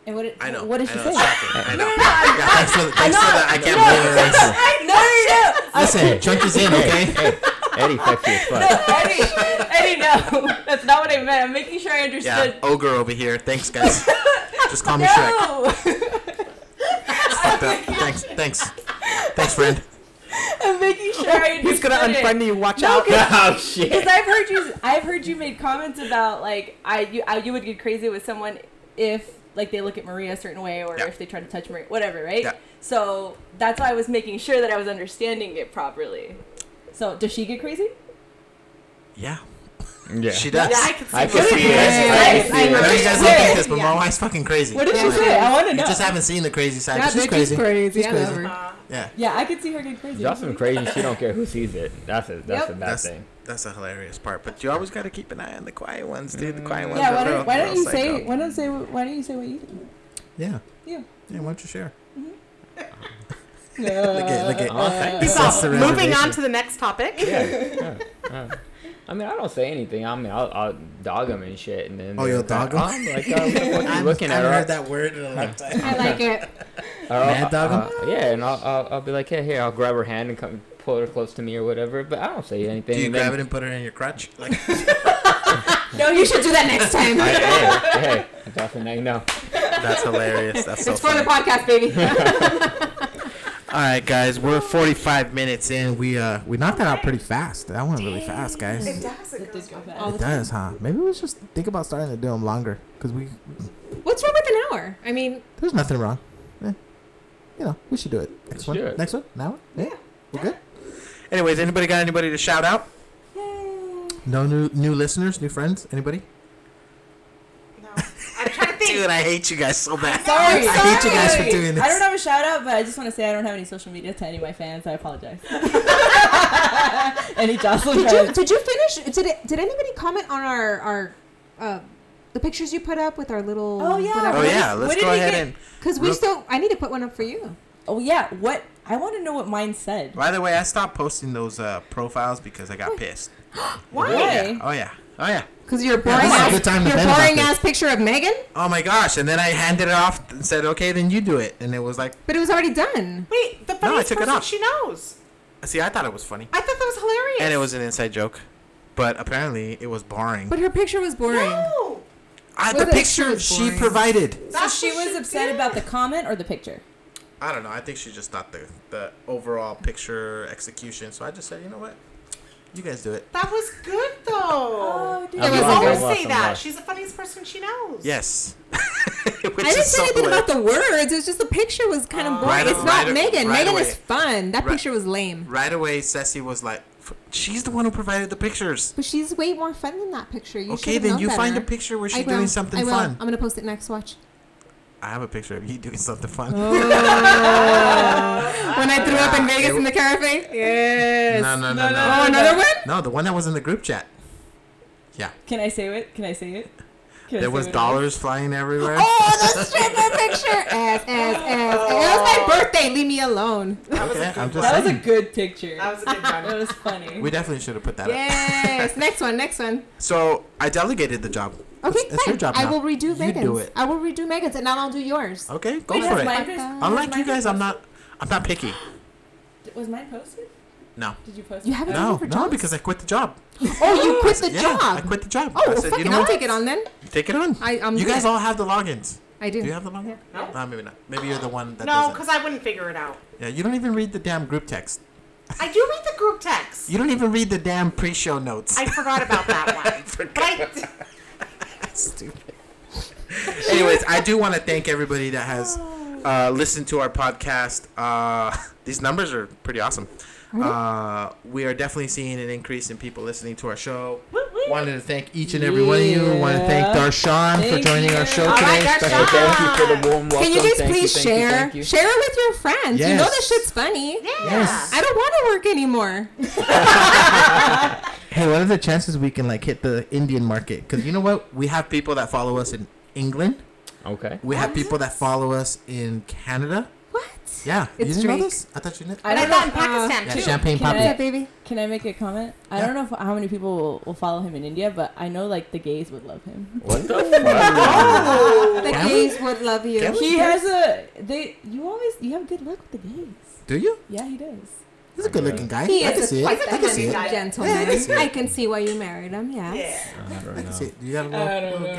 Speaker 6: And what? Did,
Speaker 3: I know.
Speaker 6: what did she
Speaker 3: I know,
Speaker 6: say?
Speaker 3: it's shocking. I know.
Speaker 6: I
Speaker 3: Yeah, thanks for the, thanks for the, I can't
Speaker 6: No,
Speaker 3: believe it. Listen,
Speaker 6: no, no, no.
Speaker 3: Listen, chunk is in, okay?
Speaker 1: Hey, Eddie fucks you as fuck.
Speaker 6: Eddie, Eddie, no, that's not what I meant. I'm making sure I understood.
Speaker 3: Yeah, ogre over here. Thanks, guys. Just call me Shrek.
Speaker 6: no,
Speaker 3: It's fucked up. Thanks, thanks, thanks, friend.
Speaker 6: I'm making sure I understood.
Speaker 10: He's gonna
Speaker 6: it.
Speaker 10: unfriend you. Watch
Speaker 6: No,
Speaker 10: out.
Speaker 6: cause,
Speaker 1: Oh
Speaker 6: 'cause
Speaker 1: shit.
Speaker 6: I've heard you. I've heard you made comments about like I you I, you would get crazy with someone if like they look at Maria a certain way or
Speaker 3: Yeah.
Speaker 6: if they try to touch Maria, whatever, right?
Speaker 3: Yeah.
Speaker 6: So that's why I was making sure that I was understanding it properly. So does she get crazy?
Speaker 3: Yeah.
Speaker 1: Yeah.
Speaker 3: She
Speaker 5: Yeah,
Speaker 3: does.
Speaker 5: I can see.
Speaker 1: I
Speaker 5: that.
Speaker 1: can see
Speaker 4: Yes,
Speaker 1: it. I
Speaker 4: I
Speaker 1: can
Speaker 3: I
Speaker 1: see
Speaker 3: know
Speaker 1: it.
Speaker 3: you guys don't think this, but my wife's fucking crazy.
Speaker 4: What did she
Speaker 6: Yeah.
Speaker 4: say? I want to
Speaker 3: You
Speaker 4: know.
Speaker 3: just haven't seen the crazy side.
Speaker 4: Yeah,
Speaker 3: but she's
Speaker 4: bitch is
Speaker 3: crazy.
Speaker 4: crazy.
Speaker 3: She's
Speaker 4: I
Speaker 3: crazy.
Speaker 4: love her.
Speaker 3: Yeah,
Speaker 6: Yeah, I could see her get crazy.
Speaker 1: Jocelyn crazy. She don't care who sees it. That's a that's a
Speaker 4: Yep.
Speaker 1: bad
Speaker 3: that's
Speaker 1: thing.
Speaker 3: that's a hilarious part. But you always got to keep an eye on the quiet ones, dude. The quiet ones.
Speaker 6: Mm. Yeah,
Speaker 3: are
Speaker 6: why
Speaker 3: real-
Speaker 6: don't, why
Speaker 3: real
Speaker 6: don't you
Speaker 3: psycho.
Speaker 6: say why don't say why don't you say what you think?
Speaker 3: Yeah. Mm-hmm.
Speaker 6: Yeah.
Speaker 3: Yeah. Why don't you share?
Speaker 4: No.
Speaker 3: Look at look at.
Speaker 1: Oh, thank
Speaker 3: It's
Speaker 5: So,
Speaker 3: off the
Speaker 5: moving on
Speaker 3: reservation.
Speaker 5: to the next topic.
Speaker 1: yeah. yeah, yeah. I mean, I don't say anything. I mean, I'll, I'll dog him and shit, and then
Speaker 3: Oh, you'll
Speaker 1: they're like,
Speaker 3: dog 'em?
Speaker 1: I'm like, oh, what the fuck you looking
Speaker 3: I
Speaker 1: at?
Speaker 3: haven't heard
Speaker 1: Or-
Speaker 3: that word in a long time.
Speaker 4: I like it.
Speaker 1: or I'll-
Speaker 3: Mad dog 'em?
Speaker 1: uh, yeah, and I'll, I'll I'll be like, hey, here, I'll grab her hand and come pull her close to me or whatever. But I don't say anything.
Speaker 3: Do you
Speaker 1: and then-
Speaker 3: grab it and put it in your crotch? Like,
Speaker 4: No, you should do that next time.
Speaker 1: I, hey, hey, I'm talking like, no.
Speaker 3: that's hilarious. That's so
Speaker 4: it's for the
Speaker 3: funny.
Speaker 4: podcast, baby.
Speaker 3: All right, guys, we're 45 minutes in. We uh we knocked that out pretty fast. That went really fast, guys. It does, huh? Maybe we should just think about starting to do them longer, cause we
Speaker 4: What's wrong with an hour? I mean,
Speaker 3: there's nothing wrong. Eh, you know, we should do it. Next one.
Speaker 1: do it.
Speaker 3: Next one. Now. Yeah. We're good.
Speaker 10: Anyways, anybody got anybody to shout out?
Speaker 3: No new new listeners, new friends. Anybody?
Speaker 5: No. I'm trying to think.
Speaker 10: Dude, I hate you guys so bad.
Speaker 6: Sorry,
Speaker 3: I hate you guys for doing
Speaker 6: I
Speaker 3: this.
Speaker 6: don't have a shout out, but I just want to say I don't have any social media to any of my fans. I apologize. any Jocelyn
Speaker 4: did you
Speaker 6: fans?
Speaker 4: did you finish? Did it, did anybody comment on our our uh, the pictures you put up with our little?
Speaker 6: Oh, yeah.
Speaker 4: whatever?
Speaker 10: Oh
Speaker 6: What
Speaker 10: yeah,
Speaker 6: did-
Speaker 10: let's go
Speaker 6: what did we
Speaker 10: ahead
Speaker 6: get?
Speaker 10: and.
Speaker 4: Because we
Speaker 10: Real-
Speaker 4: still, I need to put one up for you.
Speaker 6: Oh yeah, what? I want to know what mine said.
Speaker 10: By the way, I stopped posting those uh, profiles because I got pissed.
Speaker 6: Why?
Speaker 10: Oh yeah. Oh yeah.
Speaker 4: Because your boring
Speaker 3: this is a
Speaker 4: ass,
Speaker 3: good time to
Speaker 4: your
Speaker 3: vent about
Speaker 4: boring
Speaker 3: this.
Speaker 4: ass picture of Megan,
Speaker 10: Oh my gosh! And then I handed it off and said, "Okay, then you do it." And it was like,
Speaker 4: but it was already done.
Speaker 5: Wait, the funniest
Speaker 10: took it
Speaker 5: person
Speaker 10: off.
Speaker 5: she knows.
Speaker 10: "See, I thought it was funny,
Speaker 5: I thought that was hilarious.
Speaker 10: and it was an inside joke, but apparently it was boring."
Speaker 4: But her picture was boring.
Speaker 5: No.
Speaker 10: I,
Speaker 4: Well,
Speaker 10: the
Speaker 4: that
Speaker 10: picture
Speaker 4: was
Speaker 10: she
Speaker 4: boring.
Speaker 10: provided.
Speaker 6: So
Speaker 5: That's
Speaker 6: she
Speaker 5: what
Speaker 6: was
Speaker 5: she
Speaker 6: upset
Speaker 5: did.
Speaker 6: about the comment or the picture.
Speaker 10: I don't know. I think she just thought the the overall picture execution. So I just said, you know what, you guys do it.
Speaker 5: That was good though.
Speaker 6: dude.
Speaker 1: I'm
Speaker 4: It wasn't
Speaker 5: You always
Speaker 1: lost, I'm
Speaker 4: good.
Speaker 1: lost,
Speaker 5: say
Speaker 1: I'm
Speaker 5: that.
Speaker 1: lost.
Speaker 5: She's the funniest person she knows.
Speaker 10: Yes.
Speaker 4: I didn't say anything about the words. It was just the picture was kind of boring.
Speaker 10: Oh. Right
Speaker 4: it's
Speaker 10: away-
Speaker 4: not
Speaker 10: right-
Speaker 4: Megan.
Speaker 10: right
Speaker 4: Megan
Speaker 10: away.
Speaker 4: is fun. That
Speaker 10: Right-
Speaker 4: picture was lame.
Speaker 10: Right away, Ceci was like, "F- "She's the one who provided the pictures."
Speaker 4: But she's way more fun than that picture. You
Speaker 10: okay,
Speaker 4: should've
Speaker 10: then
Speaker 4: known
Speaker 10: you find a
Speaker 4: better.
Speaker 10: picture where
Speaker 4: I
Speaker 10: she's
Speaker 4: will.
Speaker 10: doing something
Speaker 4: I will. Um,
Speaker 10: fun.
Speaker 4: I'm gonna post it next. Watch.
Speaker 10: I have a picture of you doing something fun.
Speaker 4: Oh, When I threw up in Vegas
Speaker 10: Ah, it-
Speaker 4: in the cafe. Yes.
Speaker 10: No, no, no, no.
Speaker 4: Oh, another one.
Speaker 10: No, the one that was in the group chat.
Speaker 6: Can I say it? Can I say it? Can
Speaker 10: There
Speaker 6: I say
Speaker 10: was
Speaker 6: what it
Speaker 10: dollars flying everywhere.
Speaker 4: Oh, the stripper picture. Ass, ass, ass. ass. It was my birthday. Leave me alone.
Speaker 10: Okay, I'm
Speaker 6: was?
Speaker 10: just
Speaker 6: That was a
Speaker 10: saying.
Speaker 6: good picture.
Speaker 5: That was a good one.
Speaker 6: That was funny.
Speaker 10: We definitely should have put that up.
Speaker 4: Yes. next one. Next one.
Speaker 10: So I delegated the job.
Speaker 4: Okay,
Speaker 10: It's- it's your
Speaker 4: fine.
Speaker 10: job
Speaker 4: I
Speaker 10: now.
Speaker 4: will redo
Speaker 10: You do
Speaker 4: Megan's.
Speaker 10: it.
Speaker 4: I will redo Megan's, and then I'll do yours.
Speaker 10: Okay, go
Speaker 6: Wait,
Speaker 10: for
Speaker 6: was
Speaker 10: it.
Speaker 6: mine posted?
Speaker 10: Unlike
Speaker 6: Was
Speaker 10: you
Speaker 6: mine
Speaker 10: guys, I'm not. I'm not picky.
Speaker 6: posted? Was mine posted?
Speaker 10: No.
Speaker 6: Did you post?
Speaker 4: You
Speaker 6: it?
Speaker 4: haven't
Speaker 10: No,
Speaker 4: done it for
Speaker 10: no,
Speaker 4: jobs?
Speaker 10: because I quit the job.
Speaker 4: oh, you quit the
Speaker 10: yeah, I
Speaker 4: job.
Speaker 10: quit the job.
Speaker 4: Oh,
Speaker 10: I
Speaker 4: well,
Speaker 10: said,
Speaker 4: fucking,
Speaker 10: you know
Speaker 4: I'll
Speaker 10: what?
Speaker 4: take it on then.
Speaker 10: Take it on.
Speaker 4: I, um,
Speaker 10: you guys all have the logins.
Speaker 4: I do.
Speaker 10: Do you have the login?
Speaker 5: No.
Speaker 10: No, maybe not. Maybe you're the one that
Speaker 5: No,
Speaker 10: doesn't.
Speaker 5: because I wouldn't figure it out.
Speaker 10: Yeah, you don't even read the damn group text.
Speaker 5: I do read the group text.
Speaker 10: You don't even read the damn pre-show notes.
Speaker 5: I forgot about that one. but I,
Speaker 10: Stupid. Anyways, I do want to thank everybody that has uh, listened to our podcast. Uh, these numbers are pretty awesome. Uh, we are definitely seeing an increase in people listening to our show. Wanted to thank each and every one of you. Want to thank
Speaker 6: Yeah.
Speaker 10: Darshan for
Speaker 6: Thank
Speaker 10: joining our
Speaker 6: you.
Speaker 10: show
Speaker 5: All right,
Speaker 10: today. Special
Speaker 5: Darshan.
Speaker 10: thank-
Speaker 1: Thank you for the warm welcome.
Speaker 4: Can you guys
Speaker 1: Thank
Speaker 4: please
Speaker 1: thank
Speaker 4: share?
Speaker 1: thank you.
Speaker 4: Share it with your friends. You know
Speaker 10: Yes.
Speaker 4: that shit's funny.
Speaker 5: yeah.
Speaker 3: Yes.
Speaker 4: I don't want to work anymore.
Speaker 3: Hey, what are the chances we can like hit the Indian market? Because you know what, we have people that follow us in England.
Speaker 1: Okay.
Speaker 3: We have people that follow us in Canada.
Speaker 4: What?
Speaker 3: Yeah,
Speaker 4: It's
Speaker 3: you didn't know
Speaker 4: Drake.
Speaker 3: this? I thought you knew.
Speaker 6: I
Speaker 5: And I
Speaker 6: don't
Speaker 5: thought in
Speaker 6: know. uh,
Speaker 5: Pakistan
Speaker 3: Yeah,
Speaker 5: too.
Speaker 3: champagne
Speaker 6: Can I-
Speaker 3: poppy.
Speaker 4: What's up, baby?
Speaker 6: Can I make a comment? I
Speaker 3: Yeah.
Speaker 6: don't know if, how many people will, will follow him in India, but I know like the gays would love him.
Speaker 1: What the fuck?
Speaker 4: The
Speaker 3: Can we-
Speaker 4: gays would love you.
Speaker 3: can we-
Speaker 6: He has a they. You always you have good luck with the gays.
Speaker 3: Do you?
Speaker 6: Yeah, he does.
Speaker 3: He's a good-looking guy.
Speaker 4: He
Speaker 3: I can
Speaker 4: is a,
Speaker 3: see it.
Speaker 4: quite
Speaker 3: I
Speaker 4: the
Speaker 3: can see
Speaker 4: handsome
Speaker 3: it.
Speaker 5: guy.
Speaker 4: gentleman.
Speaker 3: Yeah, I can see it.
Speaker 4: I can see why you married him. Yes.
Speaker 5: Yeah.
Speaker 1: I
Speaker 3: I
Speaker 1: don't
Speaker 3: can
Speaker 1: know.
Speaker 3: see it. Do you have a
Speaker 6: I
Speaker 3: little,
Speaker 6: don't
Speaker 3: little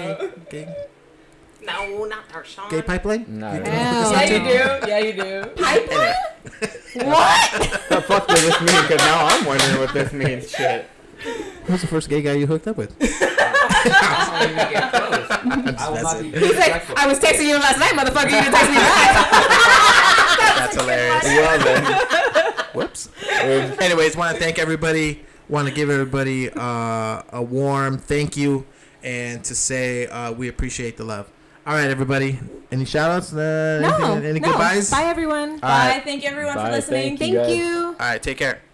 Speaker 3: gay,
Speaker 6: know.
Speaker 3: gay,
Speaker 5: No, not Darshan.
Speaker 3: gay pipeline?
Speaker 1: No,
Speaker 3: You
Speaker 1: I
Speaker 3: do?
Speaker 4: don't.
Speaker 6: Yeah,
Speaker 4: Yeah,
Speaker 6: you do. Yeah, you do.
Speaker 4: Pipeline?
Speaker 1: the fuck does this mean? Because now I'm wondering what this means. Shit.
Speaker 3: Who's the first gay guy you hooked up with?
Speaker 10: I will not be
Speaker 4: He's like, I was texting you last night, motherfucker. You didn't text me back.
Speaker 10: That's hilarious.
Speaker 1: Well then.
Speaker 3: Um,
Speaker 10: Whoops. Anyways, want to thank everybody
Speaker 3: want to give everybody uh, a warm thank you and to say uh, we appreciate the love. All right, everybody. Any shout outs? Uh,
Speaker 4: No,
Speaker 3: anything- any
Speaker 4: no.
Speaker 3: goodbyes?
Speaker 4: Bye, everyone.
Speaker 3: All right.
Speaker 6: Bye. Thank you everyone
Speaker 1: Bye,
Speaker 6: for listening.
Speaker 1: thank you guys.
Speaker 4: Thank you.
Speaker 3: All right, take care.